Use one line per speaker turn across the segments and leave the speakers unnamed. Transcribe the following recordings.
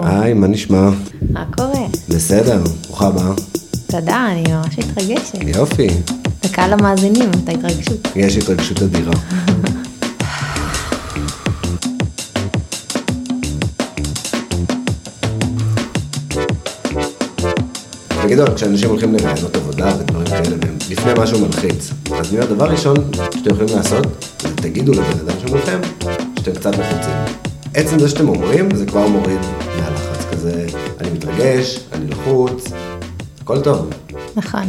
היי, מה נשמע?
מה קורה?
בסדר, ברוכה הבאה.
תודה, אני ממש מתרגשת.
יופי,
לקהל המאזינים, את ההתרגשות.
יש התרגשות אדירה. בגדול, כשאנשים הולכים לראיונות עבודה ודברים כאלה, והם לפני משהו מלחיץ, אז אני אומר, דבר ראשון שאתם יכולים לעשות, זה תגידו לבן אדם שמולכם, שאתם קצת לחוצים. עצם זה שאתם אומרים, זה כבר מוריד מהלחץ כזה, אני מתרגש, אני לחוץ, הכל טוב.
נכון.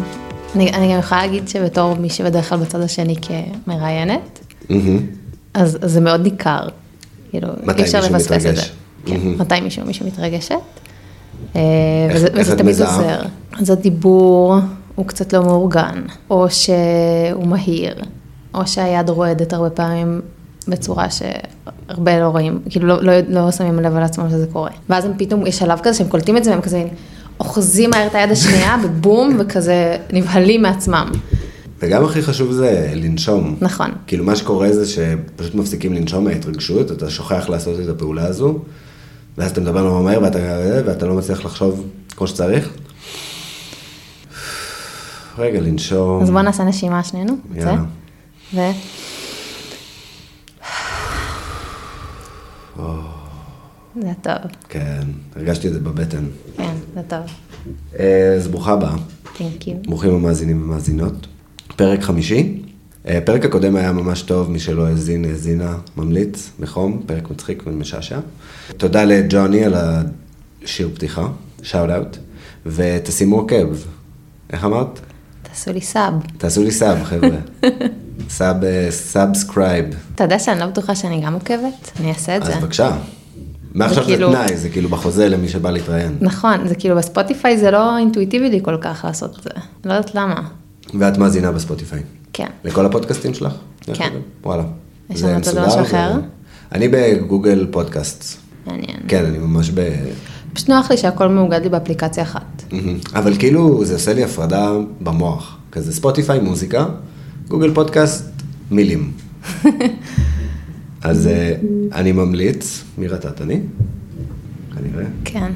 אני, אני גם יכולה להגיד שבתור מי שבדרך כלל בצד השני כמראיינת,
מהמם.
אז, אז זה מאוד ניכר. כאילו,
מתי
אי אפשר
מישהו
לפספס את זה.
מתרגש?
כן,
מהמם.
מתי מישהו, מישהו מתרגשת. אה,
איך-
וזה,
איך
וזה
את
תמיד
מזהה?
עוזר. אז הדיבור הוא קצת לא מאורגן, או שהוא מהיר, או שהיד רועדת הרבה פעמים בצורה שהרבה לא רואים, כאילו לא, לא, לא שמים לב על עצמם שזה קורה. ואז הם פתאום, יש שלב כזה שהם קולטים את זה והם כזה אוחזים מהר את היד השנייה ובום, וכזה נבהלים מעצמם.
וגם הכי חשוב זה לנשום.
נכון.
כאילו מה שקורה זה שפשוט מפסיקים לנשום מההתרגשות, אתה שוכח לעשות את הפעולה הזו, ואז אתה מדבר נורא מהר ואתה, ואתה לא מצליח לחשוב כמו שצריך. רגע, לנשום.
אז בואו נעשה נשימה שנינו, זה.
אוקיי. יאללה.
ו... זה טוב,
כן, הרגשתי את זה בבטן.
כן, זה טוב.
אה, אז ברוכה הבאה.
Thank you.
ברוכים המאזינים ומאזינות. פרק חמישי. אה, הפרק הקודם היה ממש טוב, מי שלא האזין, האזינה, ממליץ, בחום, פרק מצחיק ומשעשע. תודה לג'וני על השיר פתיחה, שאוט אאוט, ותשימו עוקב. איך אמרת?
תעשו לי סאב.
תעשו לי סאב, חבר'ה. סאב, אה, סאבסקרייב.
אתה יודע שאני לא בטוחה שאני גם עוקבת? אני אעשה את
אז
זה.
בבקשה. מעכשיו זה
כאילו-
תנאי, זה כאילו בחוזה למי שבא להתראיין.
נכון, זה כאילו בספוטיפיי זה לא אינטואיטיבי לי כל כך לעשות את זה. אני לא יודעת למה.
ואת מאזינה בספוטיפיי.
כן.
לכל הפודקאסטים שלך? דרך
כן.
אגב? וואלה.
יש
זה
לנו אותו
מסודר,
משהו
זה-
אחר?
אני בגוגל פודקאסט.
מעניין.
כן, אני ממש ב...
פשוט נוח לי שהכל מאוגד לי באפליקציה אחת.
מהמם. אבל כאילו, זה עושה לי הפרדה במוח. כזה ספוטיפיי מוזיקה, גוגל פודקאסט מילים. אז אה, אני ממליץ, מי רטט אני? כנראה.
כן.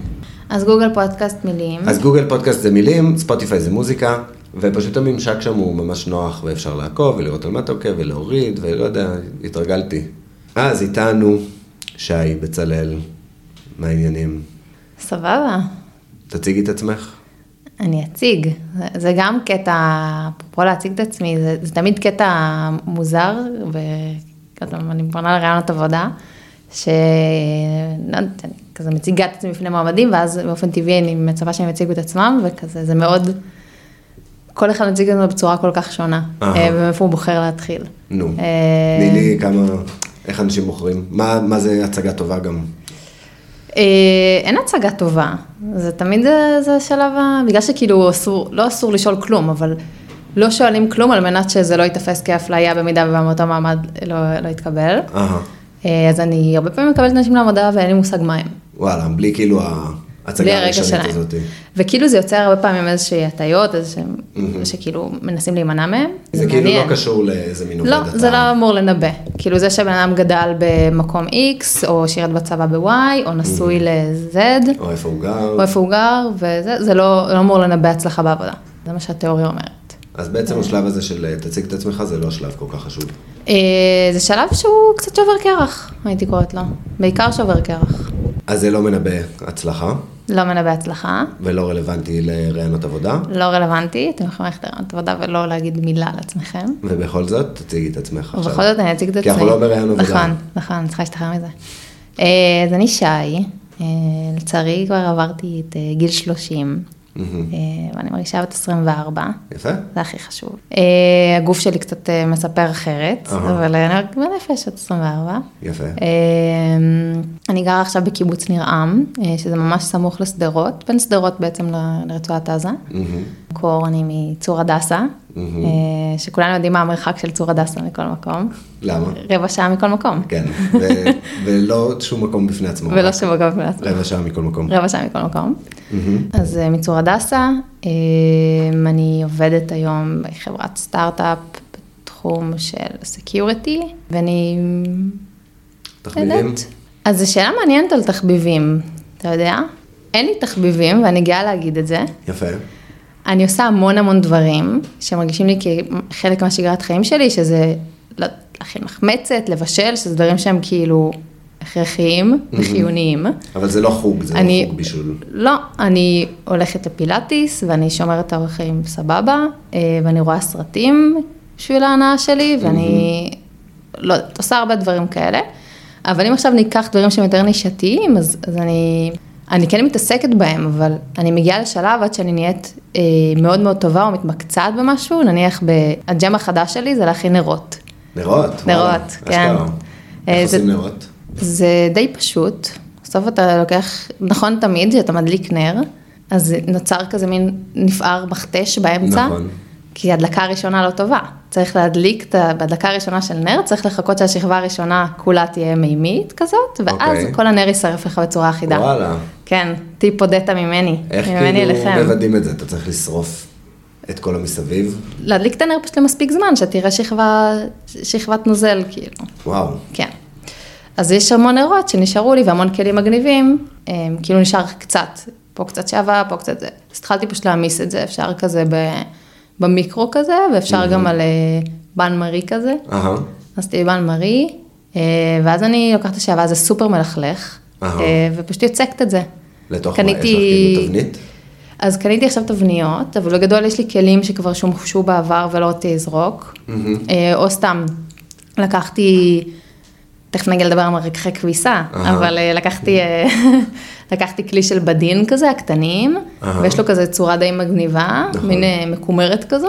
אז גוגל פודקאסט מילים.
אז גוגל פודקאסט זה מילים, ספוטיפיי זה מוזיקה, ופשוט הממשק שם הוא ממש נוח, ואפשר לעקוב ולראות על מה אתה עוקב ולהוריד, ולא יודע, התרגלתי. אז איתנו שי בצלאל, מה העניינים?
סבבה.
תציגי את עצמך.
אני אציג, זה- זה גם קטע, אפרופו להציג את עצמי, זה, זה תמיד קטע מוזר, ואני פונה לרעיונות עבודה, ש... לא יודעת, אני כזה מציגה את עצמי בפני מועמדים, ואז באופן טבעי אני מצפה שהם יציגו את עצמם, וכזה, זה מאוד, כל אחד מציג את עצמו בצורה כל כך שונה,
אהה.
אה, ומאיפה הוא בוחר להתחיל.
נו,
אה,
תני לי כמה, איך אנשים בוחרים? מה, מה זה הצגה טובה גם?
אה, אין הצגה טובה, זה תמיד זה, זה השלב, ה... בגלל שכאילו אסור, לא אסור לשאול כלום, אבל לא שואלים כלום על מנת שזה לא ייתפס כאפליה במידה ובאותו מעמד לא, לא יתקבל.
אהה,
אה, אז אני הרבה פעמים מקבלת אנשים לעבודה ואין לי מושג מה הם.
וואלה, בלי כאילו
בלי
ההצגה
הרגע
הראשונית
שלהם.
הזאת.
וכאילו זה יוצר הרבה פעמים איזושהי הטיות, איזשהם, שכאילו מנסים להימנע מהם.
זה כאילו
מעניין.
לא קשור לאיזה מין עובד
לא,
אתה.
זה לא אמור לנבא. כאילו זה שבן אדם גדל במקום X, או שירת בצבא ב-Y, או נשוי ל-Z.
או איפה הוא גר.
או איפה הוא גר, וזה זה לא, לא אמור לנבא הצלחה בעבודה. זה מה שהתיאוריה אומרת.
אז בעצם השלב הזה של אה, תציג את עצמך זה לא שלב כל כך חשוב.
אה, זה שלב שהוא קצת שובר קרח, הייתי קוראת לו. בעיקר שובר קרח.
אז זה לא מנבא הצלחה,
לא מנבא הצלחה,
ולא רלוונטי לראיונות עבודה,
לא רלוונטי, אתם יכולים ללכת לרעיונות עבודה ולא להגיד מילה על עצמכם.
ובכל זאת, תציגי את עצמך עכשיו.
ובכל זאת אני אציג את עצמי.
כי אנחנו לא בראיון עבודה.
נכון, נכון, אני צריכה להשתחרר מזה. אה, אז אני שי, אה, לצערי כבר עברתי את אה, גיל 30,
מהמם.
אה, ואני מרגישה בת 24.
יפה.
זה הכי חשוב. אה, הגוף שלי קצת אה, מספר אחרת,
אהה.
אבל אני רק בנפש עד 24.
יפה.
אה, אני גרה עכשיו בקיבוץ ניר-עם, אה, שזה ממש סמוך לשדרות, בין שדרות בעצם ל- לרצועת עזה.
מהמם.
מקור אני מצור הדסה,
מהמם.
אה, שכולנו יודעים מה המרחק של צור הדסה מכל מקום.
למה?
רבע שעה מכל מקום,
כן, ו- ולא שום מקום בפני עצמו.
ולא
רק
שווה גם בפני עצמו.
רבע שעה מכל מקום.
רבע שעה מכל מקום. אז אה, מצור הדסה, אה, אני עובדת היום בחברת סטארט-אפ בתחום של סקיוריטי, ואני...
תחביבים?
יודעת. אז זו שאלה מעניינת על תחביבים. אתה יודע? אין לי תחביבים, ואני גאה להגיד את זה.
יפה.
אני עושה המון המון דברים שמרגישים לי כחלק מהשגרת חיים שלי, שזה לא- להכין מחמצת, לבשל, שזה דברים שהם כאילו הכרחיים וחיוניים.
אבל זה לא חוג, זה
אני-
לא חוג בישול.
לא, אני הולכת לפילאטיס ואני שומרת את האורח חיים סבבה, אה, ואני רואה סרטים בשביל ההנאה שלי, ואני לא יודעת, עושה הרבה דברים כאלה. אבל אם עכשיו ניקח דברים שהם יותר נישתיים, אז, אז אני, אני כן מתעסקת בהם, אבל אני מגיעה לשלב עד שאני נהיית אה, מאוד מאוד טובה או מתמקצעת במשהו, נניח הג'ם החדש שלי זה להכין נרות.
נרות. וואלה,
נרות, כן.
אשכרה.
אה,
איך
זה-
עושים נרות?
זה די פשוט, בסוף אתה לוקח, נכון תמיד שאתה מדליק נר, אז נוצר כזה מין נפער מכתש באמצע,
נכון.
כי הדלקה הראשונה לא טובה, צריך להדליק, את ה- בהדלקה הראשונה של נר, צריך לחכות שהשכבה הראשונה כולה תהיה מימית כזאת, ואז
אוקיי.
כל הנר יישרף לך בצורה אחידה.
וואלה.
כן, טיפ הודטה ממני,
איך
ממני
כאילו
אליכם.
מוודאים את זה? אתה צריך לשרוף את כל המסביב?
להדליק את הנר פשוט למספיק זמן, שתראה שכבה, שכבת נוזל כאילו.
וואו.
כן. אז יש המון נרות שנשארו לי והמון כלים מגניבים, אמ, כאילו נשאר קצת, פה קצת שעבה, פה קצת זה. אז התחלתי פשוט להעמיס את זה, אפשר כזה ב, במיקרו כזה, ואפשר גם על אה, בן מרי כזה.
אהה.
עשיתי לי בן מרי, אה, ואז אני לוקחת את השעבה, זה סופר מלכלך,
אהה.
אה, ופשוט יוצקת את זה.
לתוך מה? יש לך
קניתי-
כאילו תבנית?
אז קניתי עכשיו תבניות, אבל בגדול יש לי כלים שכבר שומחשו בעבר ולא אותי אזרוק, אה, או סתם, לקחתי, תכף נגיע לדבר על מרקחי כביסה,
אהה.
אבל אה, לקחתי, אה, לקחתי כלי של בדין כזה, הקטנים,
אהה.
ויש לו כזה צורה די מגניבה,
נכון.
מין אה, מקומרת כזו,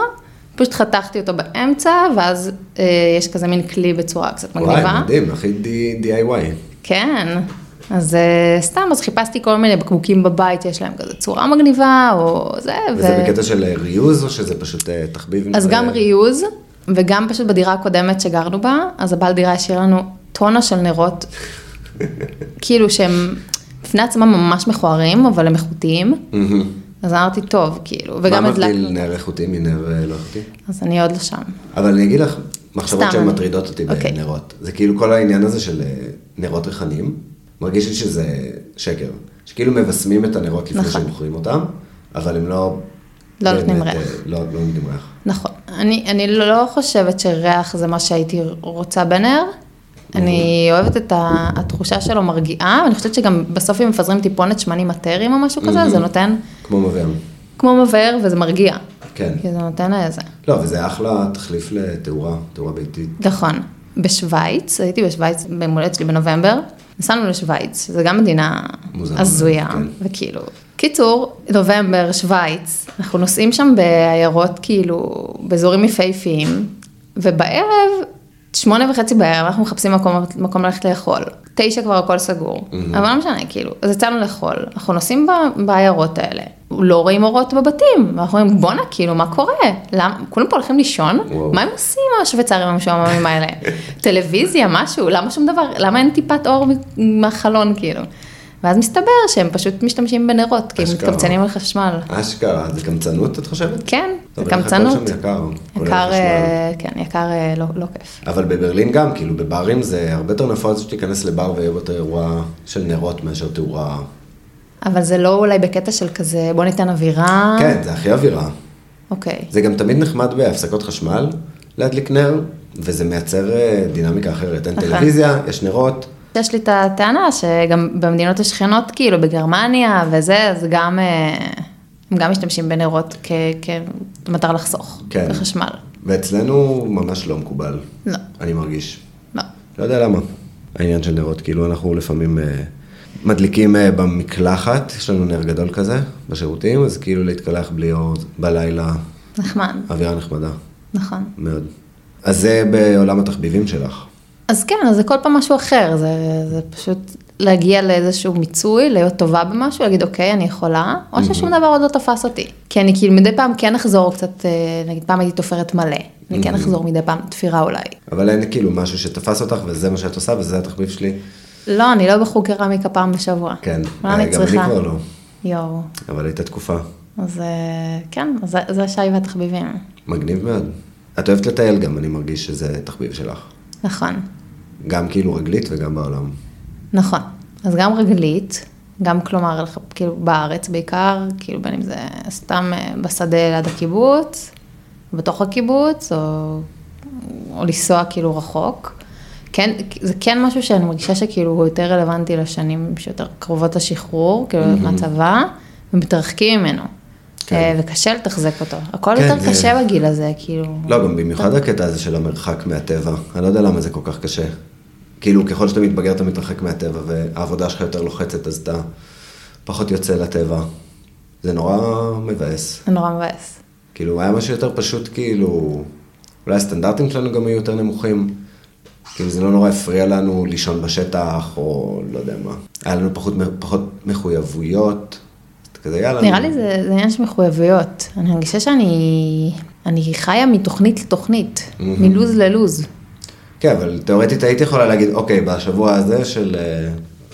פשוט חתכתי אותו באמצע, ואז אה, יש כזה מין כלי בצורה קצת מגניבה.
וואי, מדהים, הכי D- DIY.
כן, אז אה, סתם, אז חיפשתי כל מיני בקבוקים בבית, יש להם כזה צורה מגניבה, או זה,
וזה בקטע של אה, ריוז או שזה פשוט אה, תחביב?
אז גם
אה,
ריוז, וגם פשוט בדירה הקודמת שגרנו בה, אז הבעל דירה השאיר לנו טונה של נרות, כאילו שהם בפני עצמם ממש מכוערים, אבל הם איכותיים,
מהמם.
אז אמרתי, טוב, כאילו,
מה
וגם
מבדיל
הדלקנו,
נר איכותי מנר אה, לא איכותי?
אז אני עוד לא שם.
אבל אני אגיד לך, מחשבות
סתם,
שהן
אני-
מטרידות אותי
אוקיי.
בנרות. זה כאילו כל העניין הזה של אה, נרות ריחניים, מרגיש לי שזה שקר. שכאילו מבשמים את הנרות לפני
נכון.
שמוכרים אותם, אבל הם לא...
לא נותנים
באמת,
ריח.
אה, לא לא נותנים ריח.
נכון, אני, אני לא לא חושבת שריח זה מה שהייתי רוצה בנר. אני אוהבת את ה- התחושה שלו מרגיעה, אני חושבת שגם בסוף אם מפזרים טיפונת שמנים מטריים או משהו כזה, זה נותן
כמו מבעם.
כמו מבאר וזה מרגיע.
כן.
כי זה נותן איזה.
לא, וזה אחלה תחליף לתאורה, תאורה ביתית.
נכון. בשוויץ, הייתי בשוויץ ביום הולדת שלי בנובמבר, נסענו לשוויץ, שזה גם מדינה
מוזר,
הזויה,
כן.
וכאילו, קיצור, נובמבר, שוויץ, אנחנו נוסעים שם בעיירות כאילו, באזורים יפהפיים, ובערב, שמונה וחצי בערב, אנחנו מחפשים מקום, מקום ללכת לאכול, תשע כבר הכל סגור, אבל לא משנה, כאילו, אז יצאנו לאכול, אנחנו נוסעים ב- בעיירות האלה, לא רואים אורות בבתים, ואנחנו אומרים, בואנה, כאילו, מה קורה? למה, כולם פה הולכים לישון?
וואו.
מה הם עושים השוויצרים המשועממים האלה? טלוויזיה, משהו, למה שום דבר, למה אין טיפת אור מ- מהחלון כאילו? ואז מסתבר שהם פשוט משתמשים בנרות, כי הם
אשכרה.
מתקמצנים על חשמל.
אשכרה, זה קמצנות את חושבת?
כן, זה
טוב,
קמצנות.
הכל שם יקר, כולל
יקר,
חשמל.
אה, כן, יקר אה, לא לא כיף.
אבל בברלין גם, כאילו בברים זה הרבה יותר נפוץ שתיכנס לבר ויהיה בו את האירוע של נרות מאשר תאורה.
אבל זה לא אולי בקטע של כזה, בוא ניתן אווירה.
כן, זה הכי אווירה.
אוקיי.
זה גם תמיד נחמד בהפסקות חשמל להדליק נר, וזה מייצר אה, דינמיקה אחרת. אין
נכון.
טלוויזיה, יש נרות.
יש לי את הטענה שגם במדינות השכנות, כאילו בגרמניה וזה, אז גם, אה, הם גם משתמשים בנרות כ- כמטרה לחסוך
כן.
בחשמל.
ואצלנו ממש לא מקובל.
לא.
אני מרגיש.
לא.
לא יודע למה. העניין של נרות, כאילו אנחנו לפעמים אה, מדליקים אה, במקלחת, יש לנו נר גדול כזה בשירותים, אז כאילו להתקלח בלי אור בלילה,
נחמד,
אווירה נחמדה,
נכון.
מאוד. אז זה בעולם התחביבים שלך.
אז כן, אז זה כל פעם משהו אחר, זה, זה פשוט להגיע לאיזשהו מיצוי, להיות טובה במשהו, להגיד אוקיי, אני יכולה, או
Mm-hmm.
ששום דבר עוד לא תפס אותי. כי אני כאילו מדי פעם כן אחזור קצת, אה, נגיד פעם הייתי תופרת מלא, אני
Mm-hmm.
כן אחזור מדי פעם לתפירה אולי.
אבל אין כאילו משהו שתפס אותך וזה מה שאת עושה וזה התחביב שלי.
לא, אני לא בחוג קרמיקה פעם בשבוע.
כן,
לא,
אה,
אני
גם אני
צריכה.
כבר לא.
יואו,
אבל הייתה תקופה.
אז אה, כן, אז זה, זה שי והתחביבים,
מגניב מאוד. את אוהבת לטייל גם, אני מרגיש שזה תחביב שלך.
נכון,
גם כאילו רגלית וגם בעולם.
נכון. אז גם רגלית, גם כלומר, לח- כאילו בארץ בעיקר, כאילו בין אם זה סתם אה, בשדה ליד הקיבוץ, בתוך הקיבוץ, או, או לנסוע כאילו רחוק. כן, זה כן משהו שאני מרגישה שכאילו הוא יותר רלוונטי לשנים שיותר קרובות לשחרור, כאילו mm-hmm. מהצבא, ומתרחקים ממנו.
כן.
כן. וקשה לתחזק אותו. הכל
כן,
יותר
זה-
קשה בגיל הזה, כאילו.
לא, גם במיוחד הקטע הזה של המרחק מהטבע. אני לא יודע למה זה כל כך קשה. כאילו, ככל שאתה מתבגר, אתה מתרחק מהטבע, והעבודה שלך יותר לוחצת, אז אתה פחות יוצא לטבע. זה נורא מבאס.
זה נורא מבאס.
כאילו, היה משהו יותר פשוט, כאילו, אולי הסטנדרטים שלנו גם היו יותר נמוכים. כאילו, זה לא נורא הפריע לנו לישון בשטח, או לא יודע מה. היה לנו פחות, פחות מחויבויות. אז כזה, יאללה.
נראה
נו.
לי זה, זה עניין של מחויבויות. אני מרגישה שאני אני חיה מתוכנית לתוכנית, מלוז ללוז.
כן, אבל תאורטית הייתי יכולה להגיד, אוקיי, בשבוע הזה של אה,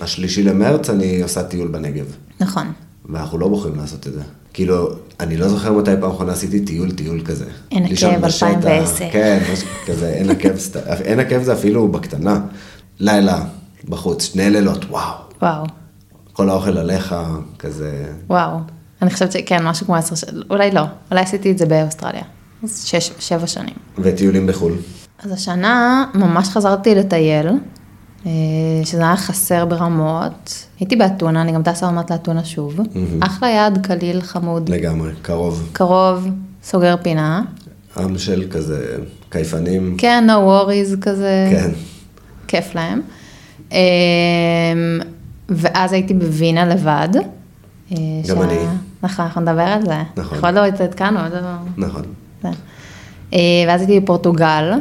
השלישי למרץ אני עושה טיול בנגב.
נכון.
ואנחנו לא בוחרים לעשות את זה. כאילו, אני לא זוכר מתי פעם אחרונה עשיתי טיול טיול כזה.
עין עקב,
לישון בשטח,
2010.
כן, משהו כזה, עין עקב, סת- עין עקב זה אפילו בקטנה. לילה בחוץ, שני לילות, וואו.
וואו,
כל האוכל עליך, כזה,
וואו. אני חושבת שכן, משהו כמו עשר שנים, אולי לא, אולי עשיתי את זה באוסטרליה. אז שש, שבע שנים.
וטיולים בחו"ל.
אז השנה ממש חזרתי לטייל, אה, שזה היה חסר ברמות. הייתי באתונה, אני גם טסה עוד מעט לאתונה שוב. אחלה יעד, קליל, חמוד,
לגמרי, קרוב.
קרוב, סוגר פינה.
עם של כזה, קייפנים.
כן, no worries כזה.
כן.
כיף להם. אמ, ואז הייתי בווינה לבד. אה,
גם אני.
נכון, אנחנו נדבר על זה.
נכון.
אנחנו עוד לא התעדכנו, עוד לא...
נכון.
זה. אה, ואז הייתי בפורטוגל,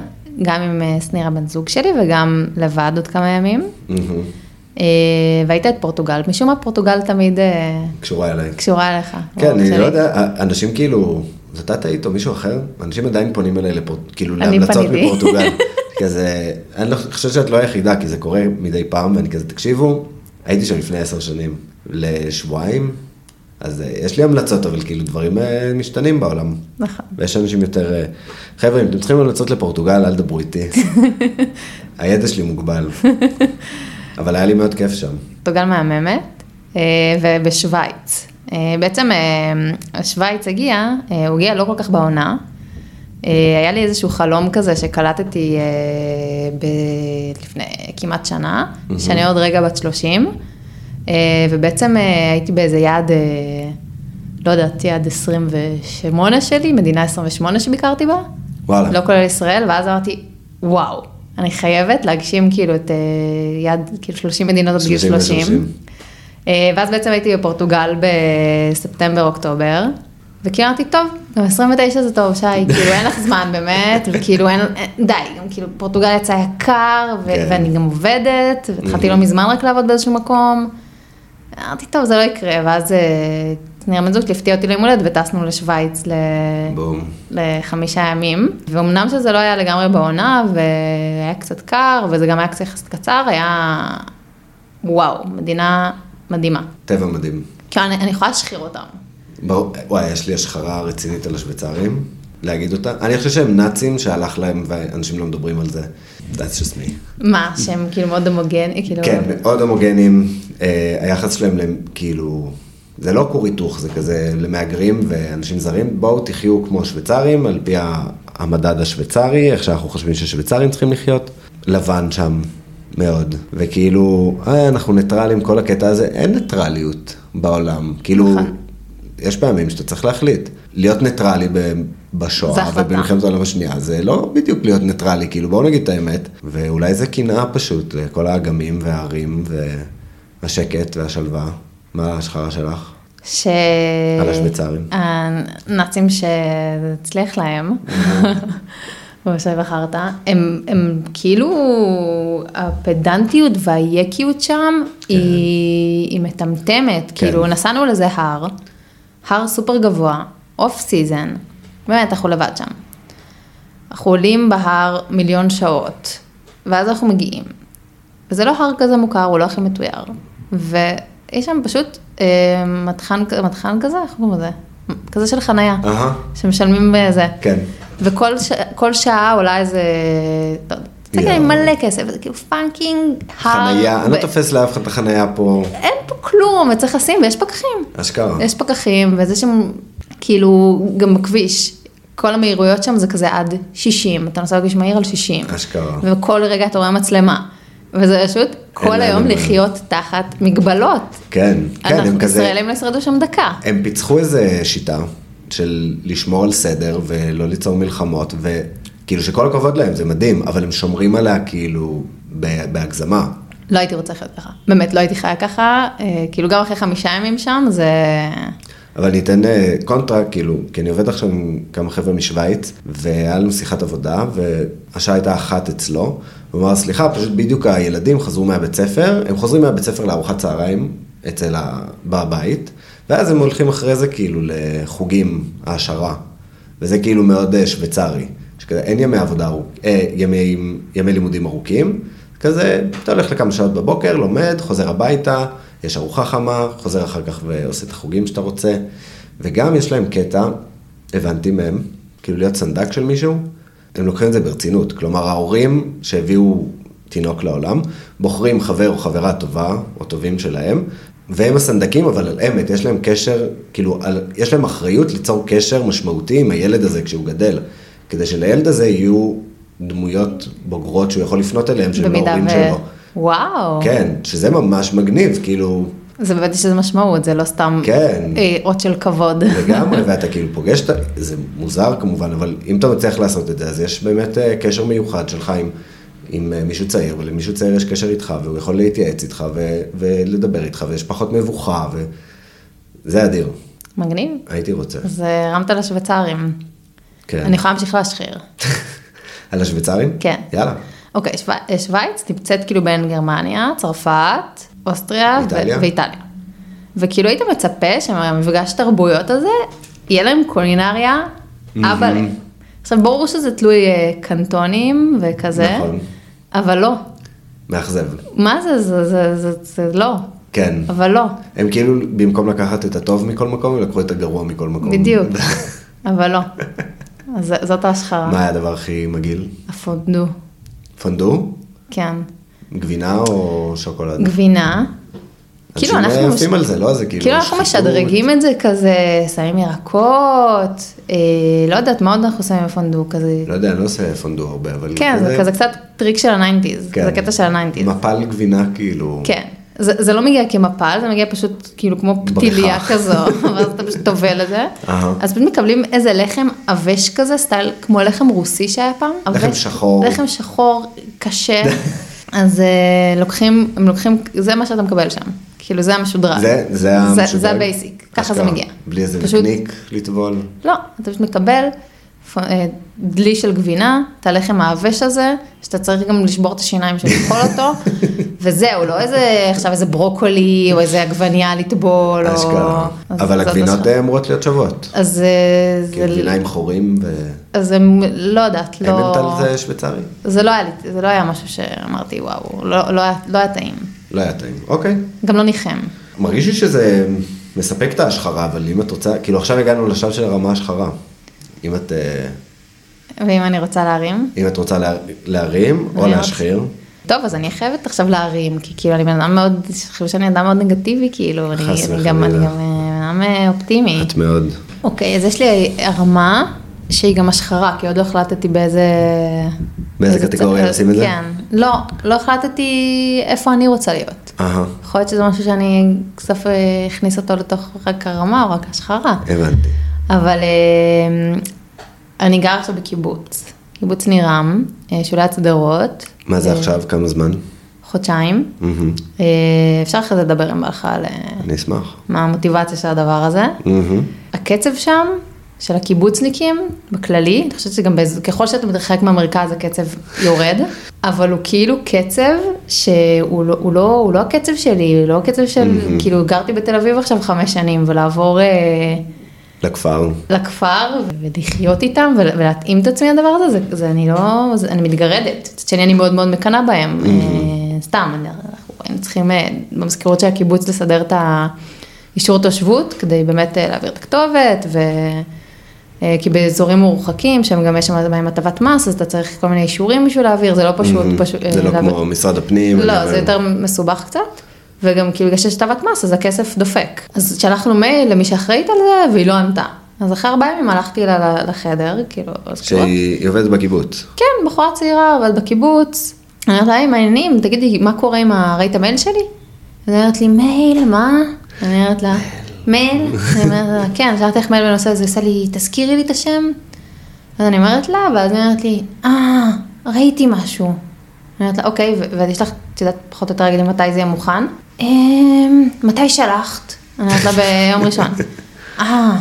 גם עם אה, שניר הבן זוג שלי וגם לבד עוד כמה ימים.
מהמם.
אה, והיית את פורטוגל, משום מה פורטוגל תמיד אה,
קשורה אליי.
קשורה אליך.
כן,
אורך
אני
שלי.
לא יודע, אנשים כאילו, זאת את היית או מישהו אחר? אנשים עדיין פונים אליי, לפורט- כאילו
אני
להמלצות
פניתי.
מפורטוגל. כזה, אני לא חושב שאת לא היחידה, כי זה קורה מדי פעם, ואני כזה, תקשיבו, הייתי שם לפני עשר שנים, לשבועיים, אז אה, יש לי המלצות, אבל כאילו דברים אה, משתנים בעולם.
נכון.
ויש אנשים יותר, אה, חבר'ה, אם אתם צריכים המלצות לפורטוגל, אל דברו איתי. הידע שלי מוגבל. אבל היה לי מאוד כיף שם.
פורטוגל מהממת, אה, ובשוויץ. אה, בעצם אה, שוויץ הגיע, אה, הוא הגיע לא כל כך בעונה. אה, היה לי איזשהו חלום כזה שקלטתי אה, ב- לפני כמעט שנה, שאני עוד רגע בת 30, אה, ובעצם אה, הייתי באיזה יעד, אה, לא יודעת, יעד 28 שלי, מדינה 28 שביקרתי בה.
וואלה.
לא כולל ישראל, ואז אמרתי, וואו, אני חייבת להגשים כאילו את אה, יעד, כאילו 30 מדינות עד גיל
30 עד
30.
30.
אה, ואז בעצם הייתי בפורטוגל בספטמבר-אוקטובר, וכאילו אמרתי, טוב, גם 29 זה טוב, שי, כאילו אין לך זמן באמת, וכאילו אין, אין- די, גם כאילו פורטוגל יצא יקר, ו-
כן.
ואני גם עובדת, והתחלתי לא מזמן רק לעבוד באיזשהו מקום. אמרתי, טוב, זה לא יקרה, ואז אה, ניר בן זוג שלי הפתיע אותי ליום הולדת, וטסנו לשוויץ ל...
בום.
לחמישה ימים, ואומנם שזה לא היה לגמרי בעונה, והיה קצת קר, וזה גם היה קצת יחסית קצר, היה וואו, מדינה מדהימה.
טבע מדהים.
כאילו, אני, אני יכולה להשחיר אותם.
ברור, וואי, יש לי השחרה רצינית על השוויצרים, להגיד אותה. אני חושב שהם נאצים שהלך להם ואנשים לא מדברים על זה. That's just me.
מה, שהם כאילו מאוד הומוגני, כאילו...
כן, מאוד הומוגנים, אה, היחס שלהם להם, כאילו, זה לא כור היתוך, זה כזה למהגרים ואנשים זרים, בואו תחיו כמו שוויצרים, על פי ה- המדד השוויצרי, איך שאנחנו חושבים ששוויצרים צריכים לחיות, לבן שם מאוד, וכאילו, אה, אנחנו ניטרלים, כל הקטע הזה, אין ניטרליות בעולם, כאילו, יש פעמים שאתה צריך להחליט, להיות ניטרלי ב...
זה
בשואה
החלטה.
ובמלחמת העולם השנייה, לא, זה לא בדיוק להיות ניטרלי, כאילו בואו נגיד את האמת, ואולי זה קנאה פשוט לכל האגמים והערים והשקט והשלווה. מה ההשחרה שלך?
ש...
על השוויצרים.
הנאצים שהצליח להם,
Mm-hmm.
כמו שבחרת, הם, הם כאילו, הפדנטיות והיקיות שם
כן.
היא, היא מטמטמת, כאילו נסענו לזה הר, הר סופר גבוה, אוף סיזן, באמת אנחנו לבד שם. אנחנו עולים בהר מיליון שעות, ואז אנחנו מגיעים. וזה לא הר כזה מוכר, הוא לא הכי מתויר. ויש שם פשוט אה, מטחן, מטחן כזה, איך קוראים לזה? כזה של חנייה,
אהה,
שמשלמים אה, בזה.
אה. כן.
וכל ש... כל שעה עולה איזה, לא יודעת, צריך
יואו.
לי מלא כסף, זה כאילו פאקינג הר.
חנייה, אני
ו-
לא תופס לאף אחד את החנייה פה,
אין פה כלום, וצריך לשים, ויש פקחים.
אשכרה.
יש פקחים, וזה שם, כאילו, גם בכביש, כל המהירויות שם זה כזה עד 60, אתה נוסע בכביש מהיר על 60.
אשכרה.
וכל רגע אתה רואה מצלמה. וזה פשוט כל
להם
היום
מגבלות.
לחיות תחת מגבלות.
כן, כן, הם
אנחנו
כזה,
ישראלים לא ישרדו שם דקה.
הם פיצחו איזה שיטה של לשמור על סדר ולא ליצור מלחמות, וכאילו שכל הכבוד להם, זה מדהים, אבל הם שומרים עליה כאילו ב- בהגזמה.
לא הייתי רוצה לחיות ככה. באמת, לא הייתי חיה ככה. אה, כאילו, גם אחרי חמישה ימים שם, זה...
אבל אני אתן אה, קונטרה, כאילו, כי אני עובד עכשיו עם כמה חבר'ה משוויץ, והיה לנו שיחת עבודה, והשעה הייתה אחת אצלו, הוא אמר, סליחה, פשוט בדיוק הילדים חזרו מהבית ספר, הם חוזרים מהבית ספר לארוחת צהריים אצל ה... בבית, ואז הם הולכים אחרי זה כאילו לחוגים, העשרה, וזה כאילו מאוד אה, שוויצרי, שכזה אין ימי עבודה ארוכים, ימי, ימי לימודים ארוכים, כזה, אתה הולך לכמה שעות בבוקר, לומד, חוזר הביתה, יש ארוחה חמה, חוזר אחר כך ועושה את החוגים שאתה רוצה. וגם יש להם קטע, הבנתי מהם, כאילו להיות סנדק של מישהו, הם לוקחים את זה ברצינות. כלומר, ההורים שהביאו תינוק לעולם, בוחרים חבר או חברה טובה או טובים שלהם, והם הסנדקים, אבל על אמת, יש להם קשר, כאילו, על, יש להם אחריות ליצור קשר משמעותי עם הילד הזה כשהוא גדל, כדי שלילד הזה יהיו דמויות בוגרות שהוא יכול לפנות אליהם, שהם
במידה
ההורים
ו...
שלו.
וואו.
כן, שזה ממש מגניב, כאילו,
זה באמת יש לזה משמעות, זה לא סתם
כן.
אה, אות של כבוד.
לגמרי, ואתה כאילו פוגש את ה... זה מוזר כמובן, אבל אם אתה מצליח לעשות את זה, אז יש באמת אה, קשר מיוחד שלך עם, עם אה, מישהו צעיר, ולמישהו צעיר יש קשר איתך, והוא יכול להתייעץ איתך ו... ולדבר איתך, ויש פחות מבוכה, ו... זה אדיר,
מגניב.
הייתי רוצה.
אז אה, הרמת לשוויצרים.
כן.
אני יכולה להמשיך להשחיר.
על השוויצרים?
כן.
יאללה.
אוקיי, שו- שווייץ נמצאת כאילו בין גרמניה, צרפת, אוסטריה ו-
איטליה.
ואיטליה. וכאילו היית מצפה שהמפגש תרבויות הזה, יהיה להם קולינריה אבל. עכשיו ברור שזה תלוי אה, קנטונים וכזה,
נכון.
אבל לא.
מאכזב.
מה זה, זה, זה, זה, זה לא,
כן.
אבל לא,
הם כאילו, במקום לקחת את הטוב מכל מקום, הם לקחו את הגרוע מכל מקום.
בדיוק, אבל לא. אז זה- זאת ההשחרה,
מה היה הדבר הכי מגעיל?
הפונדו,
פונדו?
כן.
גבינה או שוקולד?
גבינה, כאילו אנחנו...
אנשים עפים על זה, לא? זה כאילו...
כאילו אנחנו
שחיתות.
משדרגים את זה כזה, שמים ירקות, אה, לא יודעת מה עוד אנחנו שמים בפונדו כזה,
לא יודע, אני לא עושה פונדו הרבה, אבל...
כן זה כזה קצת טריק של הניינטיז,
לא, כן.
זה קטע של הניינטיז,
מפל גבינה כאילו...
כן, זה זה לא מגיע כמפל, זה מגיע פשוט כאילו כמו פתיליה כזו, ואז אתה פשוט טובל את זה,
אהה.
אז פשוט מקבלים איזה לחם עבש כזה, סטייל כמו לחם רוסי שהיה פעם,
לחם
עבש,
שחור.
לחם שחור קשה, אז אה, לוקחים, הם לוקחים, זה מה שאתה מקבל שם, כאילו זה המשודרג,
זה, זה המשודרג.
זה הבייסיק, ככה זה
אשכרה.
מגיע,
בלי איזה
פשוט-
נקניק לטבול.
לא, אתה פשוט מקבל פ- אה, דלי של גבינה, את הלחם העבש הזה, שאתה צריך גם לשבור את השיניים בשביל לאכול אותו, וזהו, לא איזה, עכשיו איזה ברוקולי, או איזה עגבנייה לטבול, או...
אשכרה.
לא. אז
אבל
זאת
הגבינות
השאלה.
אה, אמורות להיות שוות.
אז אה,
כאילו
זה...
גבינה עם חורים ו...
אז הם, לא יודעת,
אין
לא...
את על זה שוויצרי?
זה לא היה לי, זה לא היה משהו שאמרתי, וואו, לא לא היה- לא היה טעים.
לא היה טעים. אוקיי.
גם לא ניחם.
מרגיש לי שזה מספק את ההשחרה, אבל אם את רוצה... כאילו עכשיו הגענו לשלב של הרמה השחרה. אם את... אה,
ואם אני רוצה להרים?
אם את רוצה לה- להרים או
אני רק-
להשחיר,
טוב, אז אני חייבת עכשיו להרים, כי כאילו אני בן אדם מאוד, חשבו שאני אדם מאוד נגטיבי, כאילו, אני
חס
אני גם אני
וחלילה.
גם אה, בן אדם אה, אופטימי.
את מאוד.
אוקיי, אז יש לי הרמה שהיא גם השחרה, כי עוד לא החלטתי באיזה...
באיזה
איזה צ-
קטגוריה
אה,
לשים את זה?
כן, לא, לא החלטתי איפה אני רוצה להיות.
אהה,
יכול להיות שזה משהו שאני בסוף אה, אכניס אותו לתוך רק הרמה או רק השחרה.
הבנתי.
אבל אה, אני גרה עכשיו בקיבוץ, קיבוץ נירם, אה, שולי הצדרות.
מה זה
אה,
עכשיו? כמה זמן?
חודשיים.
מהמם.
אה, אפשר אחרי זה לדבר עם בעלך על אה,
אני אשמח.
מה המוטיבציה של הדבר הזה.
מהמם.
הקצב שם, של הקיבוצניקים, בכללי, אני חושבת שגם באיז... ככל שאתה מתרחק מהמרכז הקצב יורד, אבל הוא כאילו קצב שהוא לא, הוא לא, הוא לא הקצב שלי, הוא לא הקצב של, כאילו גרתי בתל אביב עכשיו חמש שנים ולעבור... אה,
לכפר.
לכפר ולחיות איתם ול- ולהתאים את עצמי לדבר הזה, זה, זה אני לא, זה, אני מתגרדת. מצד שני אני מאוד מאוד מקנאה בהם,
Mm-hmm.
אה, סתם, אני- אנחנו היינו צריכים אה, במזכירות של הקיבוץ לסדר את האישור תושבות, כדי באמת אה, להעביר את הכתובת ו... אה, כי באזורים מורחקים, שהם גם יש שם בהם הטבת מס, אז אתה צריך כל מיני אישורים בשביל להעביר, זה לא פשוט. פשוט אה,
זה לא
להעביר.
כמו משרד הפנים.
לא,
אבל-
זה יותר מסובך קצת. וגם כאילו בגלל שיש הטבת מס, אז הכסף דופק. אז שלחנו מייל למי שאחראית על זה, והיא לא ענתה. אז אחרי ארבעה ימים הלכתי לה לחדר, כאילו, אז כאילו,
שהיא עובדת בקיבוץ.
כן, בחורה צעירה, אבל בקיבוץ. אני אומרת לה, היי, מעניינים, תגידי, מה קורה עם ה... ראית מייל שלי? אז היא אומרת לי, מייל, מה? אני אומרת לה, מייל? אני אומרת לה, כן, שאלתי איך מייל בנושא הזה, היא עושה לי, תזכירי לי את השם? אז אני אומרת לה, ואז היא אומרת לי, אה, ראיתי משהו. אני אומרת לה, אוקיי, ו- ואת יש לך, את יודעת פחות או יותר להגיד לי מתי זה יהיה מוכן? "אמ, מתי שלחת? אני אומרת לה, ביום ראשון. אה,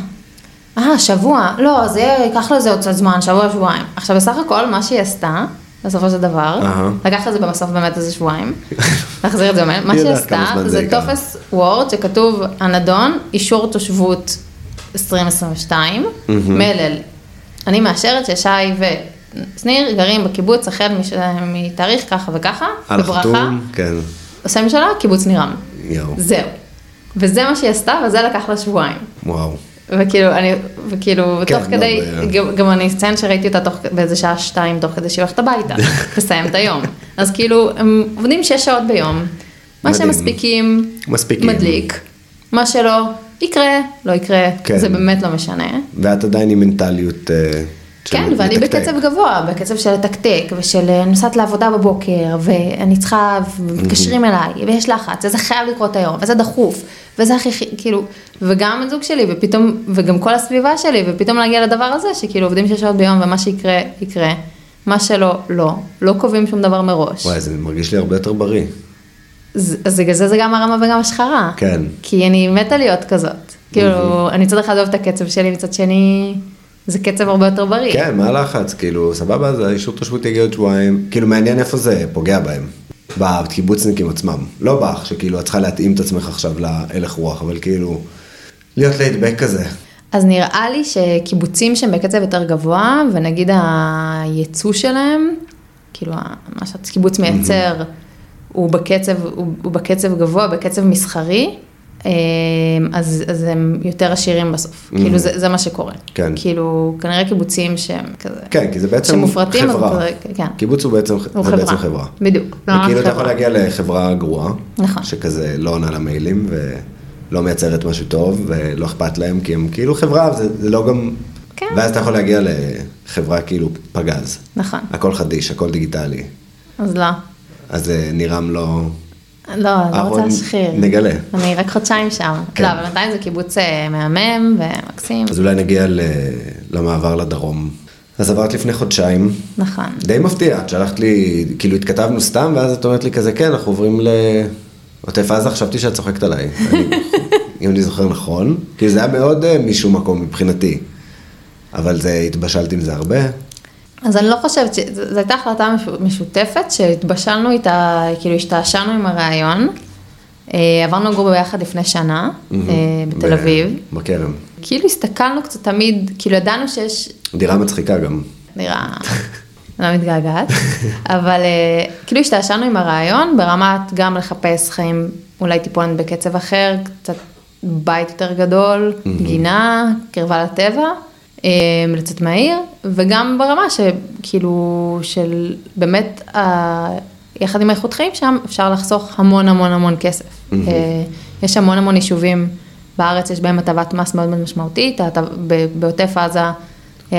אה, שבוע. לא, זה יהיה- ייקח לזה עוד קצת זמן, שבוע, שבועיים. עכשיו, בסך הכל, מה שהיא עשתה, בסופו של דבר,
אהה.
לקח לזה בסוף באמת איזה שבועיים, להחזיר את זה במייל, מה
היא
שהיא
יודעת כמה
עשתה
זמן זה
זה
ייקח.
טופס וורד שכתוב הנדון, אישור תושבות 2022, מלל. אני מאשרת ששי ושניר גרים בקיבוץ החל מש- מתאריך ככה וככה,
על
בברכה,
החתום, כן,
עושה שלה, קיבוץ נירם.
יואו,
זהו. וזה מה שהיא עשתה, וזה לקח לה שבועיים.
וואו.
וכאילו, אני, וכאילו,
כן,
כן, תוך
לא,
כדי,
ב-
גם, גם אני אציין שראיתי אותה תוך, באיזה שעה שתיים, תוך כדי שהיא הולכת הביתה, לסיים את היום. אז כאילו, הם עובדים שש שעות ביום, מה
מדהים.
שהם מספיקים,
מספיקים.
מדליק, מה שלא, יקרה, לא יקרה,
כן.
זה באמת לא משנה.
ואת עדיין עם מנטליות... אה, של
כן, ואני
מתקתק.
בקצב גבוה, בקצב של לתקתק, ושל אה, נוסעת לעבודה בבוקר, ואני צריכה, ומתקשרים אליי, ויש לחץ, וזה חייב לקרות היום, וזה דחוף, וזה הכי, הכי- כאילו, וגם הזוג שלי, ופתאום, וגם כל הסביבה שלי, ופתאום להגיע לדבר הזה, שכאילו עובדים שש שעות ביום, ומה שיקרה, יקרה, מה שלא, לא, לא קובעים שום דבר מראש.
וואי, זה מרגיש לי הרבה יותר בריא.
אז אז בגלל זה זה גם הרמה וגם השחרה.
כן.
כי אני מתה להיות כזאת. כאילו, אני מצד אחד אוהבת את הקצב שלי, מצד שני, זה קצב הרבה יותר בריא.
כן, מה הלחץ? כאילו, סבבה, אז האישור תושבות יגיע עוד שבועיים. כאילו, מעניין איפה זה פוגע בהם. בקיבוצניקים עצמם. לא בך, שכאילו, את צריכה להתאים את עצמך עכשיו להלך רוח, אבל כאילו, להיות laid back כזה.
אז נראה לי שקיבוצים שהם בקצב יותר גבוה, ונגיד הייצוא שלהם, כאילו ה- מה שהקיבוץ מייצר, הוא בקצב, הוא, הוא בקצב גבוה, בקצב מסחרי, אה, אז, אז הם יותר עשירים בסוף, כאילו זה, זה מה שקורה.
כן.
כאילו, כנראה קיבוצים שהם כזה,
כן, כי זה בעצם
שמופרטים, אבל
חברה.
כזה- כן.
קיבוץ הוא בעצם
הוא
זה בעצם חברה.
בדיוק. לא,
וכאילו אתה
חברה.
יכול להגיע לחברה גרועה,
נכון.
שכזה לא עונה למיילים ולא מייצרת משהו טוב ולא אכפת להם כי הם כאילו חברה, זה, זה לא גם...
כן.
ואז אתה יכול להגיע לחברה כאילו פגז,
נכון,
הכל חדיש, הכל דיגיטלי.
אז לא,
אז אה, נירם לא...
לא, אני לא רוצה
אהרון,
להשחיר.
נגלה.
אני רק חודשיים שם.
כן.
לא, אבל עדיין זה קיבוץ אה, מהמם ומקסים.
אז אולי נגיע ל... למעבר לדרום. אז עברת לפני חודשיים,
נכון.
די מפתיע, את שלחת לי, כאילו התכתבנו סתם, ואז את אומרת לי כזה, כן, אנחנו עוברים לעוטף עזה, חשבתי שאת צוחקת עליי, אני- אם אני זוכר נכון, כי זה היה מאוד אה, משום מקום מבחינתי, אבל זה, התבשלת עם זה הרבה,
אה, אז אני לא חושבת, ש- זו זו הייתה החלטה מש- משותפת שהתבשלנו איתה, כאילו השתעשענו עם הרעיון. אה, עברנו לגור ביחד לפני שנה אה, בתל
ב-
אביב.
בכרם.
כאילו הסתכלנו קצת תמיד, כאילו ידענו שיש
דירה מצחיקה גם,
נראה, לא מתגעגעת, אבל אה, כאילו השתעשענו עם הרעיון ברמת גם לחפש חיים אולי טיפולת בקצב אחר, קצת בית יותר גדול, גינה, קרבה לטבע, אה, לצאת מהעיר, וגם ברמה שכאילו של באמת, ה- יחד עם האיכות חיים שם אפשר לחסוך המון המון המון כסף. אה, יש המון המון יישובים בארץ, יש בהם הטבת מס מאוד מאוד משמעותית, ההטב- ב- בעוטף עזה. אה,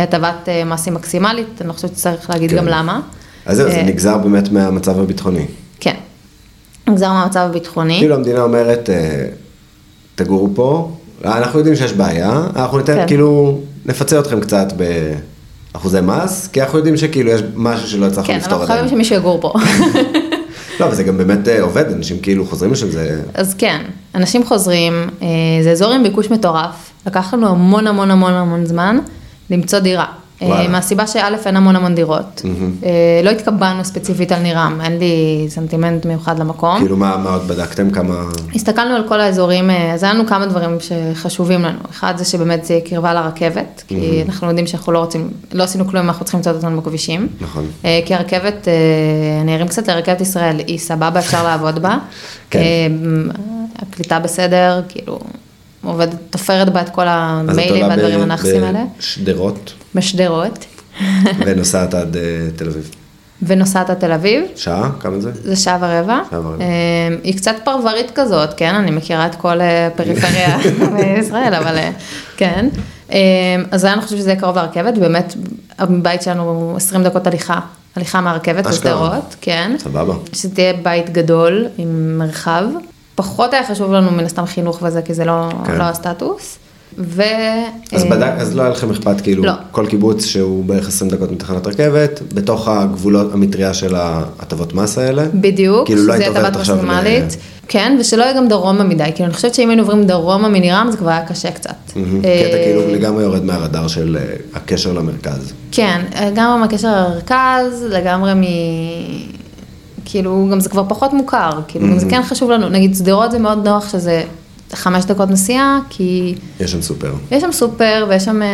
הטבת אה, מס היא מקסימלית, אני לא חושבת שצריך להגיד
כן.
גם למה.
אז זהו, זה
אה,
נגזר באמת מהמצב הביטחוני.
כן. נגזר מהמצב הביטחוני.
כאילו המדינה אומרת, אה, תגורו פה, אה, אנחנו יודעים שיש בעיה, אנחנו ניתן,
כן.
כאילו, נפצה אתכם קצת באחוזי מס, כי אנחנו יודעים שכאילו יש משהו שלא הצלחנו
כן,
לפתור
אנחנו
עדיין.
חייבים שמישהו יגור פה.
לא, אבל זה גם באמת אה, עובד, אנשים כאילו חוזרים לשם, זה...
אז כן, אנשים חוזרים, אה, זה אזור עם ביקוש מטורף, לקח לנו המון המון המון המון זמן למצוא דירה. אה,
וואלה.
מהסיבה שא' אין המון המון דירות. אה, לא התקבלנו ספציפית על נירם, אין לי סנטימנט מיוחד למקום.
כאילו, מה מה עוד בדקתם? כמה...
הסתכלנו על כל האזורים, אה, אז היה לנו כמה דברים שחשובים לנו. אחד זה שבאמת זה יהיה קרבה לרכבת, כי אנחנו יודעים שאנחנו לא רוצים, לא עשינו כלום, אנחנו צריכים למצוא את עצמנו בכבישים.
נכון.
אה, כי הרכבת, אה, אני ארים קצת לרכבת ישראל, היא סבבה, אפשר לעבוד בה.
כן.
אה, הקליטה בסדר, כאילו, עובדת, תופרת בה את כל המיילים והדברים הנכסים האלה,
בשדרות,
בשדרות,
ונוסעת עד אה, תל אביב.
ונוסעת עד תל אביב,
שעה? כמה זה?
זה שעה ורבע.
שעה ורבע.
אה, היא קצת פרברית כזאת, כן? אני מכירה את כל אה, פריפריה בישראל, אבל אה, כן. אה, אז אני חושבת שזה יהיה קרוב לרכבת, באמת, הבית שלנו 20 דקות הליכה, הליכה מהרכבת
אשכרה.
בשדרות, כן.
סבבה.
שתהיה בית גדול עם מרחב. פחות היה חשוב לנו מן הסתם חינוך וזה, כי זה לא,
כן.
לא הסטטוס. ו...
אז
אה,
בדק, אז לא היה לכם אכפת, כאילו,
לא.
כל קיבוץ שהוא בערך 20 דקות מתחנת רכבת, בתוך הגבולות, המטריה של ההטבות מס האלה.
בדיוק,
כאילו לא
שזה
היית עוברת
הטבה
עכשיו אה, ל-
טרנספורמלית. כן, ושלא יהיה גם דרומה מדי, כאילו אני חושבת שאם היינו עוברים דרומה מנירם זה כבר היה קשה קצת. אה,
מהמם. כי אתה כאילו לגמרי יורד מהרדאר של אה, הקשר למרכז.
כן, לגמרי מהקשר למרכז, לגמרי מ... כאילו, גם זה כבר פחות מוכר, כאילו, גם זה כן חשוב לנו, נגיד שדרות זה מאוד נוח שזה חמש דקות נסיעה, כי
יש שם סופר.
יש שם סופר ויש שם אה,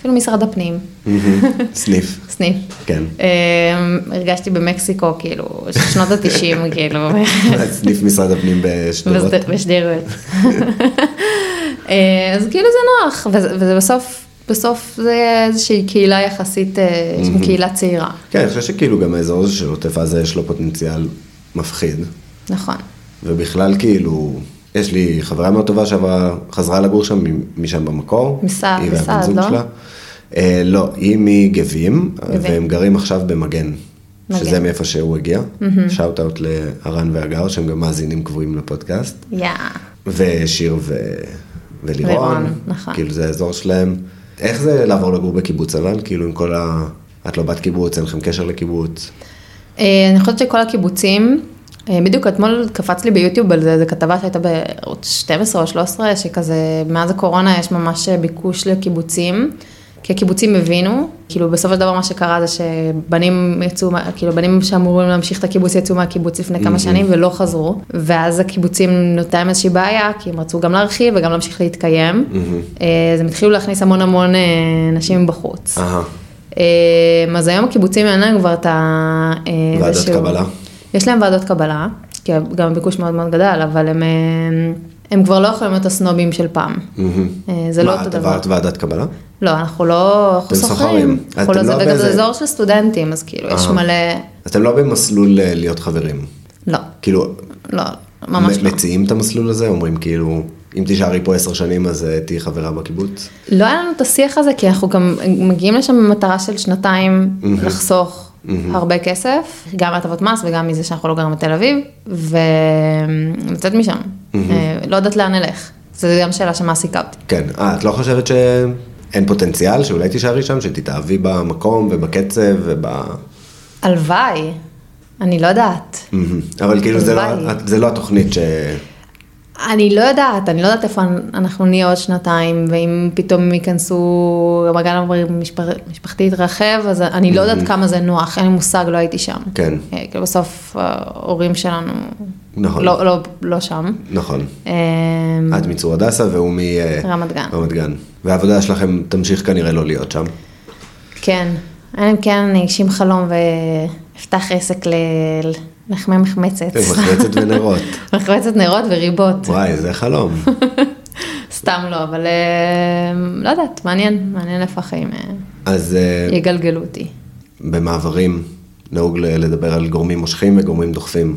אפילו משרד הפנים,
מהמם. סניף.
סניף.
כן.
אה, הרגשתי במקסיקו, כאילו, של שנות התשעים, כאילו,
סניף משרד הפנים בשדרות.
בשד- בשדרות. אה, אז כאילו זה נוח, וזה וזה בסוף, בסוף זה איזושהי קהילה יחסית, אה, יש שם קהילה צעירה,
כן, אני חושב שכאילו גם האזור הזה של עוטף עזה יש לו פוטנציאל מפחיד,
נכון.
ובכלל כאילו, יש לי חברה מאוד טובה שעברה, חזרה לגור שם מ- משם במקור.
מסע-
היא
מסעד,
והבן זוג
לא?
שלה. אה, לא, היא מגבים,
גבים.
והם גרים עכשיו במגן,
מגן.
שזה מאיפה שהוא הגיע. שאוט אאוט לארן והגר, שהם גם מאזינים קבועים לפודקאסט.
יאה.
ושיר ו... ולירון,
לירון, נכון.
כאילו זה האזור שלהם. איך זה לעבור לגור בקיבוץ אבל? כאילו עם כל ה... את לא בת קיבוץ, אין לכם קשר לקיבוץ.
אה, אני חושבת שכל הקיבוצים, אה, בדיוק אתמול קפץ לי ביוטיוב על זה, זו כתבה שהייתה בערוץ 12 או 13, שכזה מאז הקורונה יש ממש אה, ביקוש לקיבוצים, כי הקיבוצים הבינו, כאילו בסופו של דבר מה שקרה זה שבנים יצאו, מה- כאילו בנים שאמורים להמשיך את הקיבוץ יצאו מהקיבוץ לפני כמה שנים ולא חזרו, ואז הקיבוצים נותנים איזושהי בעיה, כי הם רצו גם להרחיב וגם להמשיך להתקיים, אה, אז הם התחילו להכניס המון המון אה, נשים בחוץ.
אהה,
אמ, אז היום הקיבוצים אין להם כבר את ה... אה,
ועדות
איזשהו-
קבלה?
יש להם ועדות קבלה, כי גם הביקוש מאוד מאוד גדל, אבל הם, אה, הם כבר לא יכולים להיות הסנובים של פעם. אה, זה לא
מה,
אותו
את
דבר.
עברת ועדת קבלה?
לא, אנחנו לא, אנחנו
אתם
סוחרים.
סוחרים.
אנחנו
אתם
לא זה,
לא
וגם
באיזה- אה.
זה אזור של סטודנטים, אז כאילו, יש
אהה.
מלא...
אז אתם לא במסלול אה, להיות חברים.
לא,
כאילו,
לא, ממש
מ-
לא.
מציעים את המסלול הזה? אומרים כאילו, אם תישארי פה עשר שנים אז אה, תהיי חברה בקיבוץ?
לא היה לנו את השיח הזה, כי אנחנו גם מגיעים לשם במטרה של שנתיים לחסוך הרבה כסף, גם מהטבות מס וגם מזה שאנחנו לא גרים בתל אביב, ולצאת משם. אה, לא יודעת לאן נלך. זו גם שאלה שמעסיקה אותי.
כן. אה, את לא חושבת שאין פוטנציאל שאולי תישארי שם, שתתאהבי במקום ובקצב וב...
הלוואי, אני לא יודעת.
מהמם. אבל כאילו זה לא-
הלוואי.
את- זה לא התוכנית ש...
אני לא יודעת, אני לא יודעת איפה אנחנו נהיה עוד שנתיים, ואם פתאום ייכנסו, המעגל המשפחתי יתרחב, אז אני לא יודעת כמה זה נוח, אין לי מושג, לא הייתי שם.
כן.
אה, כאילו בסוף ההורים שלנו,
נכון.
לא, לא, לא שם.
נכון.
אה,
את מצור הדסה והוא מ... אה,
רמת גן.
רמת גן. והעבודה שלכם תמשיך כנראה לא להיות שם.
כן, אלא אם כן אני אגשים חלום ואפתח עסק ל... לחמי מחמצת.
כן, מחמצת ונרות.
מחמצת נרות וריבות.
וואי, זה חלום.
סתם לא, אבל אה, לא יודעת, מעניין, מעניין איפה החיים אה,
אז אה,
יגלגלו אותי.
במעברים נהוג ל- לדבר על גורמים מושכים וגורמים דוחפים.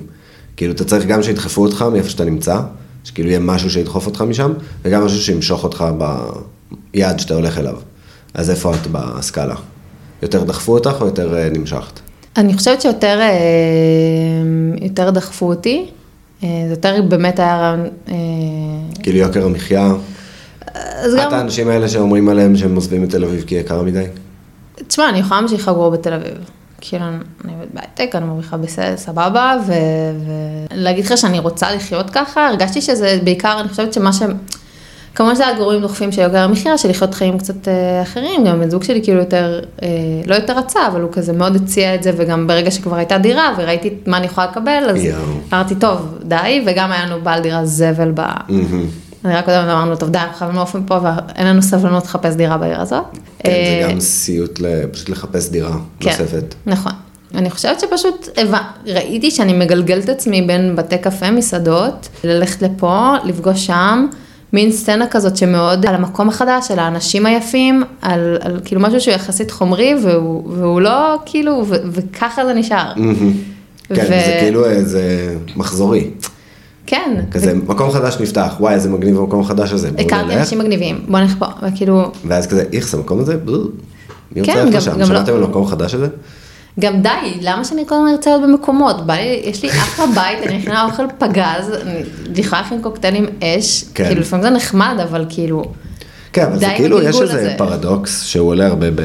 כאילו, אתה צריך גם שידחפו אותך מאיפה שאתה נמצא, שכאילו יהיה משהו שידחוף אותך משם, וגם משהו שימשוך אותך ביעד שאתה הולך אליו. אז איפה את בסקאלה? יותר דחפו אותך או יותר אה, נמשכת?
אני חושבת שיותר אה, יותר דחפו אותי, אה, זה יותר באמת היה רעיון, אה,
כאילו יוקר המחיה,
אז
את
גם,
האנשים האלה שאומרים עליהם שהם עוזבים את תל אביב כי יקר מדי?
תשמע, אני יכולה להמשיך לגור בתל אביב. כאילו, אני עובדת בהייטק, אני מרוויחה בסדר, סבבה, ו... ולהגיד לך שאני רוצה לחיות ככה, הרגשתי שזה בעיקר, אני חושבת שמה ש... כמובן שזה הגורמים דוחפים של יוקר המחיה, של לחיות חיים קצת אה, אחרים, גם הבן זוג שלי כאילו יותר, אה, לא יותר רצה, אבל הוא כזה מאוד הציע את זה, וגם ברגע שכבר הייתה דירה וראיתי את מה אני יכולה לקבל, אז
יואו.
אמרתי, טוב, די, וגם היה לנו בעל דירה זבל ב...
Mm-hmm.
אני רק יודעת, אמרנו, טוב, די, אנחנו חייבים לעוף מפה, ואין לנו סבלנות לחפש דירה בעיר הזאת.
כן,
אה,
זה גם סיוט ל- פשוט לחפש דירה נוספת.
נכון. אני חושבת שפשוט הבנ- ראיתי שאני מגלגלת את עצמי בין בתי קפה, מסעדות, ללכת לפה, לפגוש שם, מין סצנה כזאת שמאוד על המקום החדש, על האנשים היפים, על, על כאילו משהו שהוא יחסית חומרי, והוא, והוא לא כאילו, ו, וככה זה נשאר.
Mm. כן, זה כאילו איזה מחזורי.
כן,
כזה, מקום חדש נפתח, וואי, איזה מגניב המקום החדש הזה, בואו
הכרתי
נלך.
אנשים מגניבים, בוא נלך פה, וכאילו,
ואז כזה, איכס, המקום הזה, בלו. מי
כן,
רוצה ללכת
גם-
לשם?
גם לא-
שמעתם על המקום החדש הזה?
גם די, למה שאני כל הזמן ארצה להיות במקומות? בא לי, יש לי אחלה בית, אני אכנה אוכל פגז, אני יכולה להכין קוקטיילים אש,
כן.
כאילו לפעמים זה נחמד, אבל כאילו,
כן, אבל
די
זה
עם
כאילו, יש
הגלגול
איזה
הזה.
פרדוקס שהוא עולה הרבה ב-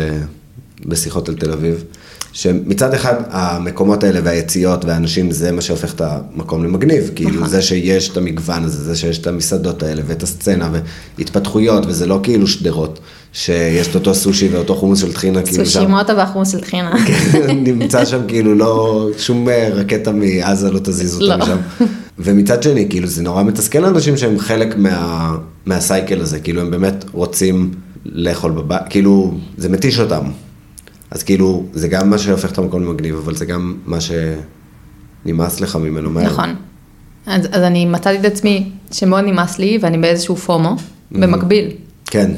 בשיחות על תל אביב, שמצד אחד המקומות האלה והיציאות והאנשים זה מה שהופך את המקום למגניב, כאילו
נכון.
זה שיש את המגוון הזה, זה שיש את המסעדות האלה ואת הסצנה והתפתחויות, וזה לא כאילו שדרות, שיש את אותו סושי ואותו חומוס של טחינה, כאילו כן,
סושי
שם.
מוטה והחומוס של טחינה.
נמצא שם כאילו לא, שום אה, רקטה מעזה לא תזיז אותה
לא.
משם. ומצד שני, כאילו זה נורא מתסכל לאנשים שהם חלק מה, מהסייקל הזה, כאילו הם באמת רוצים לאכול בבית, כאילו זה מתיש אותם. אז כאילו זה גם מה שהופך את המקום למגניב, אבל זה גם מה שנמאס לך ממנו מהר.
נכון. אז, אז אני מצאתי את עצמי שמאוד נמאס לי ואני באיזשהו פומו, במקביל.
כן.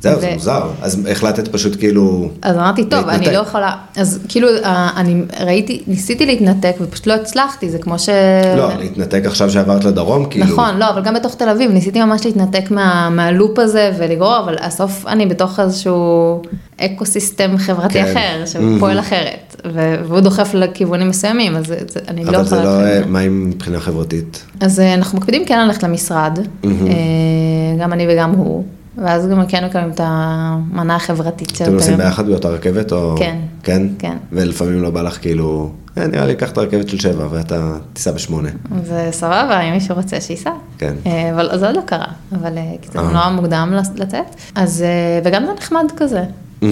זהו, זה
ו-
מוזר. אז החלטת פשוט כאילו...
אז אמרתי, טוב,
להתנתק.
אני לא יכולה, אז כאילו, אה, אני ראיתי, ניסיתי להתנתק ופשוט לא הצלחתי, זה כמו ש...
לא, להתנתק עכשיו שעברת לדרום, כאילו.
נכון, לא, אבל גם בתוך תל אביב, ניסיתי ממש להתנתק מה, מהלופ הזה ולגרור, אבל הסוף אני בתוך איזשהו אקו סיסטם חברתי
כן.
אחר, שפועל אחרת, ו- והוא דוחף לכיוונים מסוימים, אז זה, זה, אני לא
אבל זה
יכולה...
לא...
להתחיל
אה,
עם זה.
מה עם מבחינה חברתית?
אז אה, אנחנו מקפידים כן ללכת למשרד, אה, גם אני וגם הוא, ואז גם כן מקבלים את המנה החברתית
אתם נוסעים
היום.
ביחד באותה רכבת או...
כן.
כן?
כן.
ולפעמים לא בא לך כאילו, "אה, נראה לי קח את הרכבת של שבע ואתה תיסע בשמונה.
זה סבבה, אם מישהו רוצה שייסע.
כן.
אה, אבל זה עוד לא קרה, אבל אה, כי זה
אה.
נורא מוקדם לס- לצאת. אז, אה, וגם זה נחמד כזה, אה,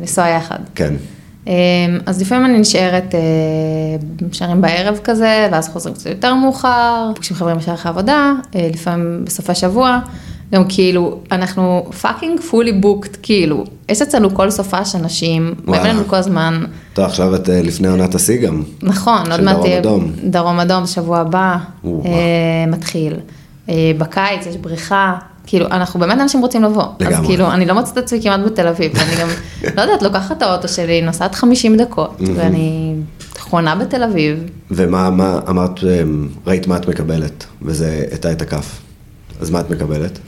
לנסוע יחד.
כן.
אה, אז לפעמים אני נשארת, אה, נשארים בערב כזה, ואז חוזרים קצת יותר מאוחר, פוגשים חברים בשערך העבודה, אה, לפעמים בסופי שבוע. גם כאילו, אנחנו פאקינג פולי בוקט, כאילו, יש אצלנו כל סופה של נשים,
וואלה.
באים לנו כל הזמן,
טוב, עכשיו את אה, לפני עונת השיא גם.
נכון,
של
עוד מעט
דרום
תהיה
אדום.
דרום אדום, שבוע הבא,
או,
אה, מתחיל. אה, בקיץ יש בריכה, כאילו, אנחנו באמת אנשים רוצים לבוא.
לגמרי.
אז כאילו, אני לא מוצאת את עצמי כמעט בתל אביב, אני גם, לא יודעת, לוקחת את האוטו שלי, נוסעת 50 דקות, ואני חונה בתל אביב.
ומה מה, אמרת, אה, ראית מה את מקבלת, וזה הטה את הכף. אז מה את מקבלת?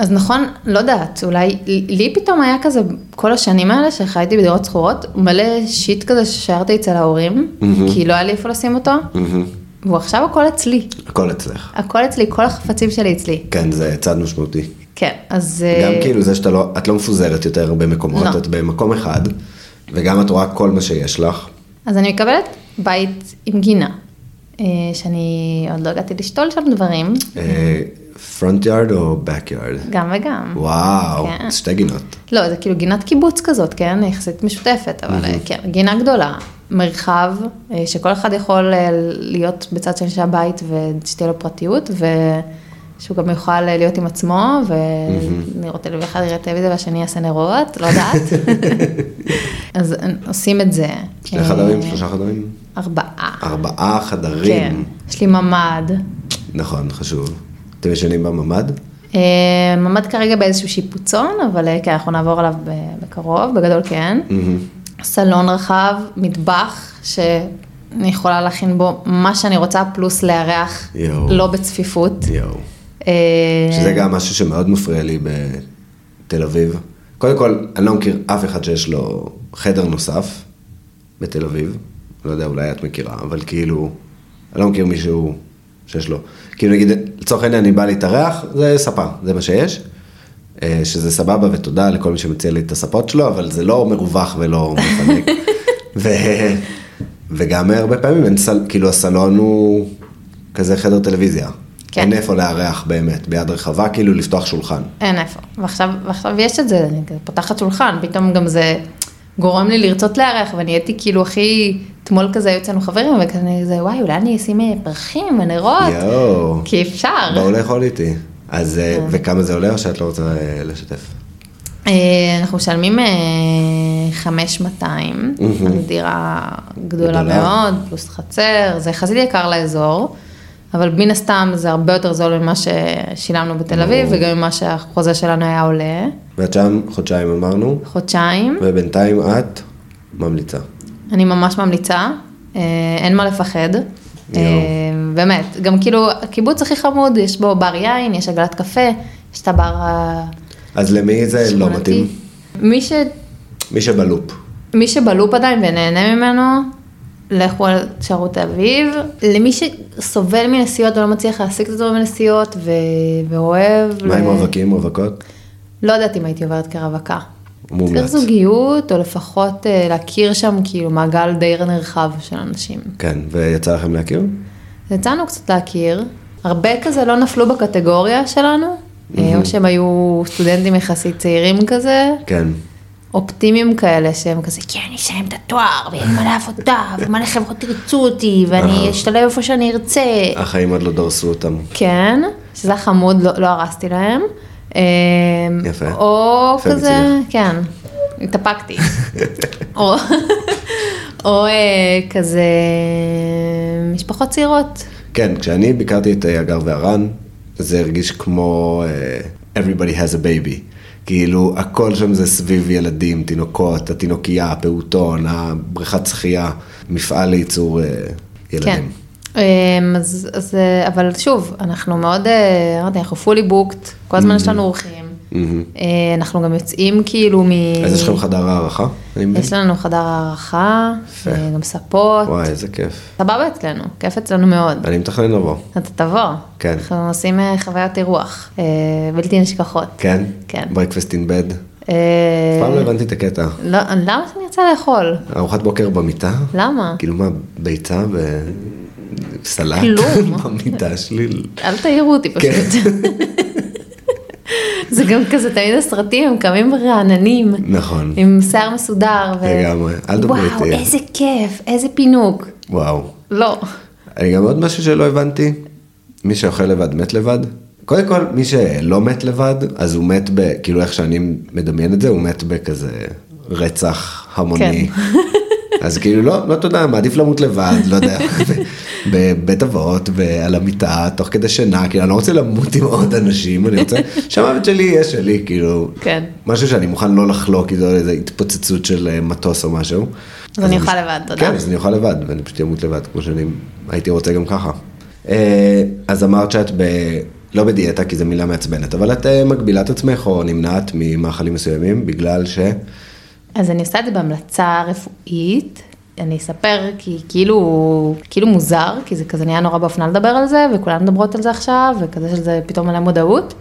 אז נכון, לא יודעת, אולי, לי פתאום היה כזה, כל השנים האלה שחייתי בדירות שכורות, מלא שיט כזה ששארתי אצל ההורים, כי לא היה לי איפה לשים אותו, והוא עכשיו הכל אצלי.
הכל אצלך.
הכל אצלי, כל החפצים שלי אצלי.
כן, זה צעד משמעותי.
כן, אז...
גם
אה,
כאילו זה שאת לא, את לא מפוזרת יותר במקומות,
לא.
את במקום אחד, וגם את רואה כל מה שיש לך.
אז אני מקבלת בית עם גינה, אה, שאני עוד לא הגעתי לשתול שם דברים,
פרונט יארד אה, או בק יארד?
גם וגם.
וואו,
Mm-hmm. כן.
שתי גינות.
לא, זה כאילו גינת קיבוץ כזאת, כן? יחסית משותפת, אבל אה, כן, גינה גדולה, מרחב, אה, שכל אחד יכול אה, להיות בצד של אנשי הבית ושתהיה לו פרטיות, ושהוא גם יוכל אה, להיות עם עצמו, ולראות טלוויזיה, אחד יראה טלוויזיה והשני יעשה נרות, לא יודעת. אז אה, עושים את זה.
שני
אה,
חדרים, שלושה חדרים?
ארבעה.
ארבעה
כן,
חדרים.
יש לי ממ"ד.
נכון, חשוב. אתם ישנים בממ"ד?
אה, ממ"ד כרגע באיזשהו שיפוצון, אבל אה, כן, אנחנו נעבור עליו ב- בקרוב, בגדול כן. סלון רחב, מטבח, שאני יכולה להכין בו מה שאני רוצה, פלוס לארח,
יואו.
לא בצפיפות.
יואו.
אה,
שזה גם משהו שמאוד מפריע לי בתל אביב. קודם כל, אני לא מכיר אף אחד שיש לו חדר נוסף בתל אביב. לא יודע, אולי את מכירה, אבל כאילו, אני לא מכיר מישהו שיש לו. כאילו נגיד, לצורך העניין, אני בא להתארח, זה ספה, זה מה שיש. אה, שזה סבבה, ותודה לכל מי שמציע לי את הספות שלו, אבל זה לא מרווח ולא מפנק. ו... וגם הרבה פעמים, אין סל... כאילו הסלון הוא כזה חדר טלוויזיה.
כן.
אין איפה לארח באמת, ביד רחבה, כאילו לפתוח שולחן.
אין איפה. ועכשיו, ועכשיו יש את זה, אני כזה פותחת שולחן, פתאום גם זה גורם לי לרצות לארח, ונהייתי כאילו הכי, אתמול כזה היו אצלנו חברים, וכזה, וואי, אולי אני אשים אה, פרחים ונרות,
יואו,
כי אפשר.
בואו לאכול איתי. אז, אה, וכמה זה עולה או שאת לא רוצה אה, לשתף?
אה, אנחנו משלמים אה, 5,200 על דירה גדולה
גדולה.
מאוד, פלוס חצר, זה יחסית יקר לאזור, אבל מן הסתם זה הרבה יותר זול ממה ששילמנו בתל אביב, וגם ממה שהחוזה שלנו היה עולה,
ואת שם חודשיים אמרנו,
חודשיים.
ובינתיים את ממליצה.
אני ממש ממליצה, אה, אין מה לפחד.
יואו.
אה, באמת, גם כאילו, הקיבוץ הכי חמוד, יש בו בר יין, יש עגלת קפה, יש את הבר
אז למי זה לא
השכונתי.
מתאים?
מי, ש...
מי שבלופ.
מי שבלופ עדיין ונהנה ממנו, לכו על שערות תל אביב. למי שסובל מנסיעות ולא מצליח להשיג את עצמו מנסיעות ו... ואוהב...
מה עם
ל-
רווקים, רווקות?
לא יודעת אם הייתי עוברת כרווקה.
מומלץ.
צריך זוגיות, או לפחות אה, להכיר שם כאילו מעגל די נרחב של אנשים.
כן, ויצא לכם להכיר?
יצאנו קצת להכיר, הרבה כזה לא נפלו בקטגוריה שלנו, אה, או שהם היו סטודנטים יחסית צעירים כזה,
כן.
אופטימיים כאלה שהם כזה, כן, אני אסיים את התואר, ואין מלא עבודה, ומלא חברות ירצו אותי,
נכון.
ואני אשתלב איפה שאני ארצה.
החיים עוד לא דרסו אותם.
כן, שזה החמוד, לא, לא הרסתי להם. אה,
יפה.
או
יפה
כזה,
מצדך.
כן, התאפקתי. או, או אה, כזה משפחות צעירות.
כן, כשאני ביקרתי את אה, הגר והרן, זה הרגיש כמו אה, everybody has a baby. כאילו, הכל שם זה סביב ילדים, תינוקות, התינוקייה, הפעוטון, הבריכת שחייה, מפעל לייצור אה, ילדים.
כן. אמ, אז, אז, אה, אבל שוב, אנחנו מאוד, אה, אמרתי, אנחנו fully booked, כל הזמן
Mm-hmm.
יש לנו אורחים. אה, אנחנו גם יוצאים כאילו מ...
אז יש לכם חדר הערכה? אני מבין.
יש לנו חדר הערכה,
יפה.
אה, גם ספות.
וואי, איזה כיף.
סבבה אצלנו, כיף אצלנו מאוד.
אני מתכנן לבוא.
אתה תבוא.
כן.
אנחנו עושים אה, חוויית אירוח, אה, בלתי נשכחות.
כן?
כן.
ברקפסט אין בד.
אה,
פעם לא הבנתי את הקטע.
לא, למה שאני רוצה לאכול?
ארוחת בוקר במיטה?
למה?
כאילו מה, ביצה וסלט?
כלום.
במיטה שלי.
אל תעירו אותי
כן.
פשוט. זה גם כזה תמיד הסרטים, הם קמים רעננים,
נכון.
עם שיער מסודר. ו-
לגמרי, אל דברי
וואו,
איתי.
איזה כיף, איזה פינוק.
וואו.
לא.
אני גם עוד משהו שלא הבנתי, מי שאוכל לבד מת לבד. קודם כל, מי שלא מת לבד, אז הוא מת ב... כאילו איך שאני מדמיין את זה, הוא מת בכזה רצח המוני.
כן.
אז כאילו לא, לא תודה, מעדיף למות לבד, לא יודע, ב- בבית אבות, ב- על המיטה, תוך כדי שינה, כאילו אני לא רוצה למות עם עוד אנשים, אני רוצה שהמוות שלי יהיה שלי, כאילו,
כן.
משהו שאני מוכן לא לחלוק, כאילו איזו התפוצצות של אה, מטוס או משהו.
אז אני
מש-
אוכל לבד, תודה.
כן, אז אני אוכל לבד, ואני פשוט אמות לבד, כמו שאני הייתי רוצה גם ככה. אה, אז אמרת שאת ב... לא בדיאטה, כי זו מילה מעצבנת, אבל את אה, מגבילה את עצמך או נמנעת ממאכלים מסוימים, בגלל ש...
אה. אז אני עושה את זה בהמלצה רפואית. אני אספר כי כאילו, כאילו מוזר, כי זה כזה נהיה נורא באופנה לדבר על זה, וכולן מדברות על זה עכשיו, וכזה שזה פתאום מלא מודעות.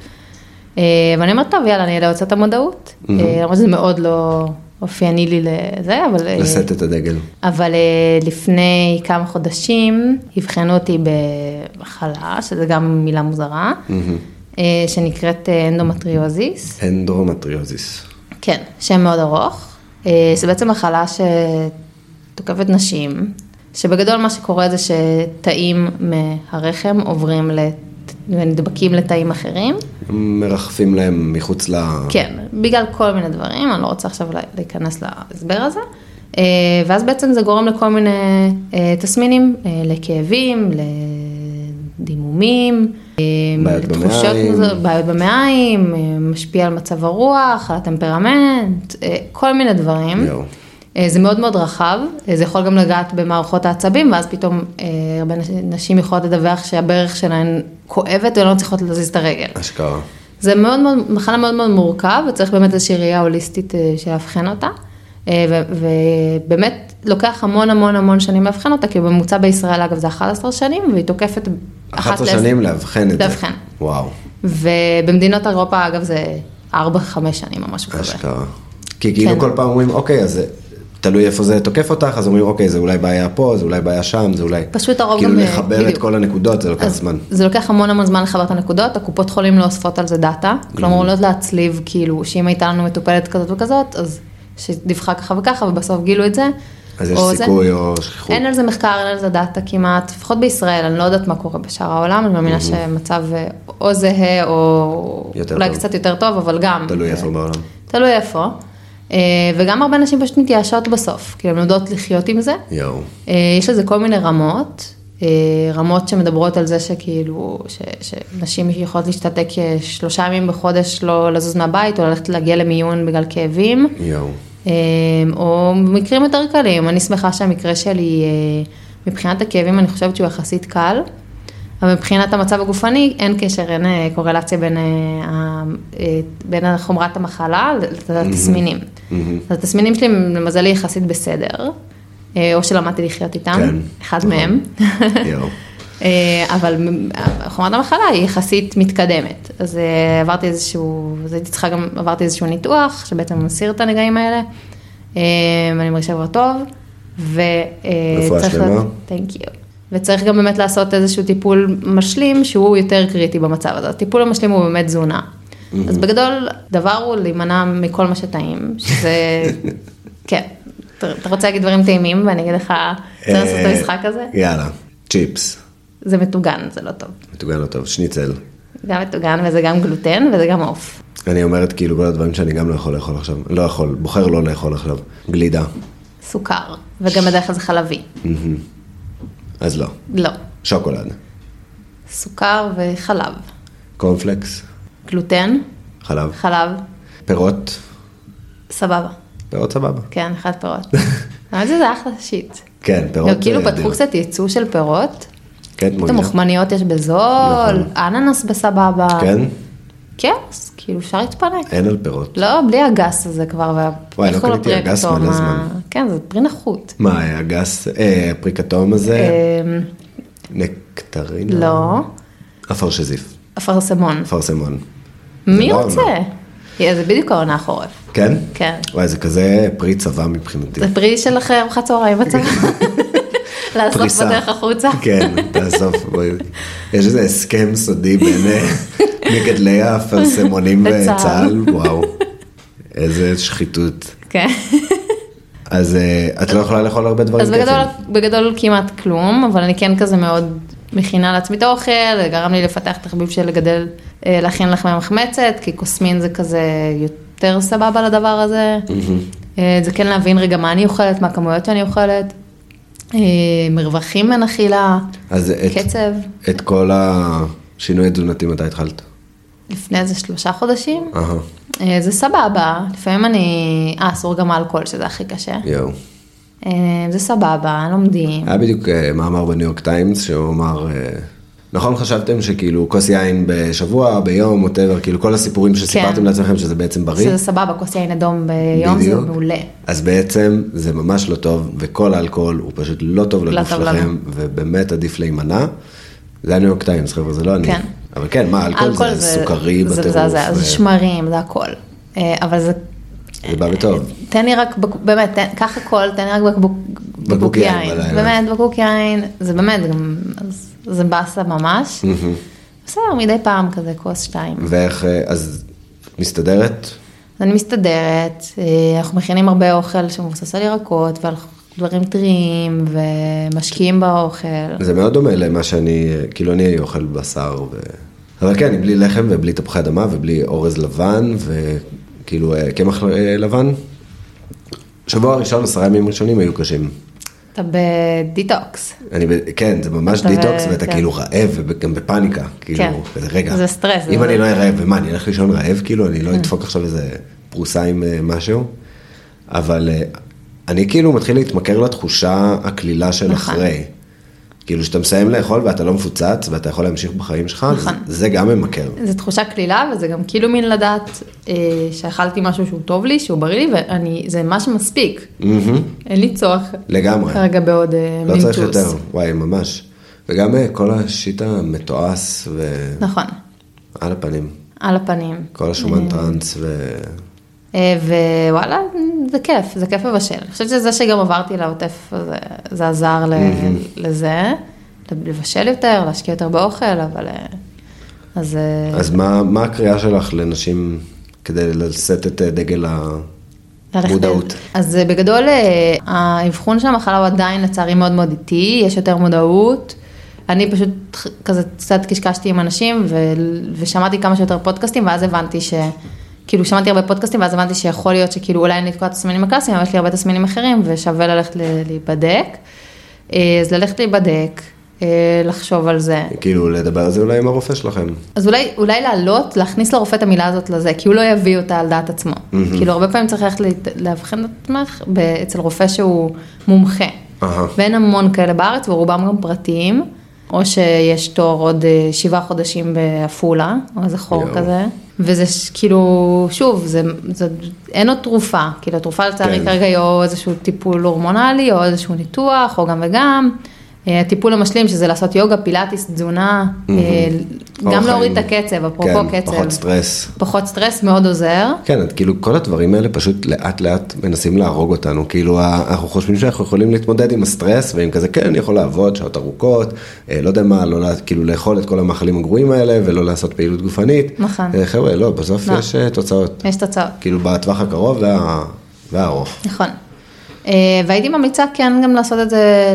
אה, ואני אומרת, טוב, יאללה, אני אעלה את המודעות.
Mm-hmm.
אה, למרות שזה מאוד לא אופייני לי לזה, אבל... אה,
לשאת את הדגל.
אבל אה, לפני כמה חודשים אבחנו אותי במחלה, שזה גם מילה מוזרה,
Mm-hmm.
אה, שנקראת אה, אנדומטריוזיס.
אנדרומטריוזיס.
כן, שם מאוד ארוך. אה, זה בעצם מחלה שתוקפת נשים, שבגדול מה שקורה זה שתאים מהרחם עוברים לת... ונדבקים לתאים אחרים.
מרחפים להם מחוץ ל...
כן, בגלל כל מיני דברים, אני לא רוצה עכשיו לה- להיכנס להסבר הזה. אה, ואז בעצם זה גורם לכל מיני אה, תסמינים, אה, לכאבים, לדימומים, אה,
בעיות
לתחושות
במעיים.
מוזר- בעיות במעיים, אה, משפיע על מצב הרוח, על הטמפרמנט, אה, כל מיני דברים.
יואו.
אה, זה מאוד מאוד רחב, אה, זה יכול גם לגעת במערכות העצבים, ואז פתאום אה, הרבה נש- נשים יכולות לדווח שהברך שלהן כואבת ולא מצליחות להזיז את הרגל.
אשכרה.
זה מאוד מאוד, מחלה מאוד מאוד מורכב, וצריך באמת איזושהי ראייה הוליסטית אה, של לאבחן אותה, אה, ו- ובאמת לוקח המון המון המון שנים לאבחן אותה, כי בממוצע בישראל אגב זה 11 שנים, והיא תוקפת אחת
11
לעשר-
שנים לאבחן את זה.
לאבחן.
וואו,
ובמדינות אירופה אגב זה 4-5 שנים או משהו כזה.
אשכרה. כי כאילו
אוקיי. כן.
כל פעם אומרים, אוקיי, אז זה- תלוי איפה זה תוקף אותך, אז אומרים, אוקיי, זה אולי בעיה פה, זה אולי בעיה שם, זה אולי...
פשוט הרוב
כאילו
גם- אה,
לחבר את
בדיוק.
כל הנקודות, זה לוקח
אז
זמן.
זה לוקח המון המון זמן לחבר את הנקודות, הקופות חולים לא אוספות על זה דאטה, כלומר לא להצליב כאילו שאם הייתה לנו מטופלת כזאת וכזאת, אז שדיווחה ככה וככה ובסוף גילו את זה.
אז יש
או זה.
סיכוי או שכיחות.
אין על זה מחקר, אין על זה דאטה כמעט, לפחות בישראל, אני לא יודעת מה קורה בשאר העולם, אני מאמינה שמצב אה, או זהה או
Mhm. יותר
אולי
טוב.
קצת יותר טוב, אבל גם.
תלוי איפה בעולם.
תלוי איפה. אה, וגם הרבה נשים פשוט מתייאשות בסוף, כאילו הן יודעות לחיות עם זה.
יואו.
אה, יש לזה כל מיני רמות, אה, רמות שמדברות על זה שכאילו, ש, שנשים יכולות להשתתק אה, שלושה ימים בחודש, לא לזוז מהבית, או ללכת להגיע למיון בגלל כאבים.
יואו.
אה, או מקרים יותר קלים, אני שמחה שהמקרה שלי, אה, מבחינת הכאבים אני חושבת שהוא יחסית קל, אבל מבחינת המצב הגופני אין קשר, אין אה, קורלציה בין, אה, ה- אה, בין חומרת המחלה לתסמינים. אז התסמינים שלי הם למזלי יחסית בסדר, אה, או שלמדתי לחיות איתם,
כן,
אחד
נכון.
מהם.
יואו.
אה, אבל מ- חומרת המחלה היא יחסית מתקדמת, אז אה, עברתי איזשהו, אז הייתי צריכה גם, עברתי איזשהו ניתוח, שבעצם מסיר את הנגעים האלה, אה, אני מרגישה כבר טוב, ו... אה,
רפואה
צריך
שלמה.
לת- Thank you. וצריך גם באמת לעשות איזשהו טיפול משלים שהוא יותר קריטי במצב הזה. הטיפול המשלים הוא באמת תזונה. אז בגדול, דבר הוא להימנע מכל מה שטעים, שזה, כן. אתה אתה רוצה להגיד דברים טעימים ואני אגיד לך, רוצה לעשות את
אה,
המשחק הזה?
יאללה. צ'יפס.
זה מטוגן, זה לא טוב.
מטוגן לא טוב. שניצל.
גם מטוגן וזה גם גלוטן וזה גם עוף.
אני אומרת כאילו כל הדברים שאני גם לא יכול לאכול עכשיו. לא יכול. בוחר לא לאכול עכשיו. גלידה.
סוכר, וגם בדרך כלל זה חלבי.
אז לא.
לא.
שוקולד.
סוכר וחלב.
קורנפלקס.
גלוטן,
חלב.
חלב,
פירות.
סבבה.
פירות סבבה.
כן, אחד פירות. האמת שזה אחלה שיט.
כן, פירות.
גם כאילו
אה,
פתחו
אדיר.
קצת ייצוא של פירות,
כן,
את
מגניב.
המוכמניות יש
נכון.
בזול, אננס בסבבה.
כן?
כן, אז כאילו אפשר להתפנק.
אין על פירות.
לא, בלי הגס הזה כבר, וה-
וואי, לא
איך קוראים
קניתי
לפרי
אגס
הכתום
מלא
ה-
זמן.
כן, זה פרי נחות.
מה, הגס, אה, הפרי כתום הזה?
אמ,
נקטרינה?
לא,
אפרשזיף.
אפרסמון.
אפרסמון.
מי
זה לא
רוצה? יא, זה בדיוק העונה החורף.
כן?
כן.
וואי, זה כזה פרי צבא מבחינתי.
זה פרי של אחרי ארוחת צהריים בצבא. לאסוף
פריסה.
בדרך החוצה.
כן, תאסוף. בואי. יש איזה הסכם סודי בין אה, מגדלי האפרסמונים
וצה"ל.
וצה"ל, וואו. איזה שחיתות.
כן.
אז אה, את לא יכולה לאכול הרבה דברים
אז בגדול,
כיפים.
בגדול כמעט כלום, אבל אני כן כזה מאוד מכינה לעצמי את האוכל, זה גרם לי לפתח תחביב של לגדל, אה, להכין לחמי מחמצת, כי קוסמין זה כזה יותר סבבה לדבר הזה. אה, זה כן להבין רגע מה אני אוכלת, מה הכמויות שאני אוכלת, אה, מרווחים מן אכילה,
אז את-
קצב.
את כל השינוי התזונתי מתי התחלת?
לפני איזה שלושה חודשים.
אהה,
אה, זה סבבה, לפעמים אני, אה, אסור גם אלכוהול, שזה הכי קשה.
יואו.
אה, זה סבבה, לומדים.
היה בדיוק כן. אה, מאמר בניו יורק טיימס שהוא אמר, אה, נכון חשבתם שכאילו כוס יין בשבוע, ביום, ווטאבר, כאילו כל הסיפורים שסיפרתם
כן.
לעצמכם שזה בעצם בריא.
שזה סבבה, כוס יין אדום ביום זה
בדיוק.
מעולה.
אז בעצם זה ממש לא טוב, וכל האלכוהול הוא פשוט לא טוב
לא
לגוף
טוב
שלכם,
לנו.
ובאמת עדיף להימנע. זה הניו יורק טיימס, חבר'ה, זה לא אני.
כן.
אבל כן, מה, אלכוהול זה סוכרי
זה
בטירוף. אה.
מזעזע,
ו-
זה שמרים, זה הכל. אה, אבל זה,
זה בא בטוב.
תן לי רק, בק- באמת, תן- קח הכל, תן לי רק בקבוק בקבוק
יין
יין.
בלילה.
באמת, בקבוק יין, זה באמת גם, אז זה באסה ממש.
כן.
בסדר, מדי פעם כזה כוס שתיים.
ואיך, אה, אז את מסתדרת?
אז אני מסתדרת, אה, אנחנו מכינים הרבה אוכל שמבוסס על ירקות ועל דברים טריים ומשקיעים באוכל.
זה מאוד דומה למה שאני, כאילו אני אוכל בשר ו... אבל כן, אני בלי לחם ובלי תפוחי אדמה ובלי אורז לבן וכאילו אה, קמח אה, לבן. שבוע ראשון, עשרה ימים ראשונים היו קשים.
אתה בדיטוקס.
אני, ב- כן, זה ממש
אתה
דיטוקס,
ב-
ואתה
כן.
כאילו רעב וגם בפאניקה, כאילו,
כן.
כזה, רגע.
זה סטרס,
אם
זה- Mm.
אני לא אהיה רעב, ומה, אני אלך לישון רעב, כאילו, אני לא אדפוק עכשיו איזה פרוסה עם אה, משהו, אבל אה, אני כאילו מתחיל להתמכר לתחושה הקלילה של
נכון.
אחרי. כאילו, שאתה מסיים לאכול ואתה לא מפוצץ, ואתה יכול להמשיך בחיים שלך,
נכון.
זה- זה גם ממכר.
זו תחושה קלילה וזה גם כאילו מין לדעת אה, שאכלתי משהו שהוא טוב לי, שהוא בריא לי וזה מה שמספיק.
מהמם.
אין לי צורך
לגמרי.
כרגע בעוד אה,
לא
מין
צריך
טוס.
יותר, וואי, ממש. וגם אה, כל השיט המתועש ועל
נכון, אה.
הפנים.
על הפנים.
כל השומן טראנס ו...
אה, ווואלה, זה כיף, זה כיף מבשל. אני חושבת שזה שגם עברתי לעוטף, זה, זה עזר ל, לזה, לבשל יותר, להשקיע יותר באוכל, אבל... אה, אז... אה,
אז מה, מה הקריאה שלך לנשים כדי לשאת את אה, דגל
ללכת-
המודעות?
אז אה, בגדול אה, האבחון של המחלה הוא עדיין לצערי מאוד מאוד איטי, יש יותר מודעות. אני פשוט ח- כזה קצת קשקשתי עם אנשים ו... ושמעתי כמה שיותר פודקאסטים ואז הבנתי ש... כאילו שמעתי הרבה פודקאסטים ואז הבנתי שיכול להיות שכאילו אולי אין לי את כל התסמינים הקלאסיים אבל יש לי הרבה תסמינים אחרים ושווה ללכת ל... להיבדק. אה, אז ללכת להיבדק, אה, לחשוב על זה.
כאילו, לדבר על זה אולי עם הרופא שלכם.
אז אולי, אולי לעלות, להכניס לרופא את המילה הזאת לזה, כי הוא לא יביא אותה על דעת עצמו. Mm-hmm. כאילו הרבה פעמים צריך ללכת להת- לאבחן את עצמך ב- אצל רופא שהוא מומחה.
אהה.
ואין המון כאלה בארץ, ורובם גם פרטיים, או שיש תור עוד אה, שבעה חודשים בעפולה, או איזה חור
יואו.
כזה. וזה ש- כאילו, שוב, זה, זה, אין עוד תרופה, כאילו התרופה לצערי
כן.
כרגע היא או איזשהו טיפול הורמונלי, או איזשהו ניתוח, או גם וגם. אה, הטיפול המשלים, שזה לעשות יוגה, פילאטיס, תזונה, אה,
אורח
גם להוריד את
חיים.
הקצב, אפרופו
אוקיי. כן,
קצב.
פחות סטרס.
פחות סטרס מאוד עוזר.
כן, את כאילו כל הדברים האלה פשוט לאט לאט מנסים להרוג אותנו, כאילו ה- אנחנו חושבים שאנחנו יכולים להתמודד עם הסטרס ועם כזה, כן, אני יכול לעבוד שעות ארוכות, אה, לא יודע מה, לא לה- כאילו לאכול את כל המאכלים הגרועים האלה ולא לעשות פעילות גופנית.
נכון.
אה, חבר'ה, לא, בסוף
לא. אה.
יש אה, תוצאות,
יש תוצאות.
כאילו בטווח הקרוב וה- והארוך.
נכון. אה, והייתי ממליצה כן גם לעשות את זה,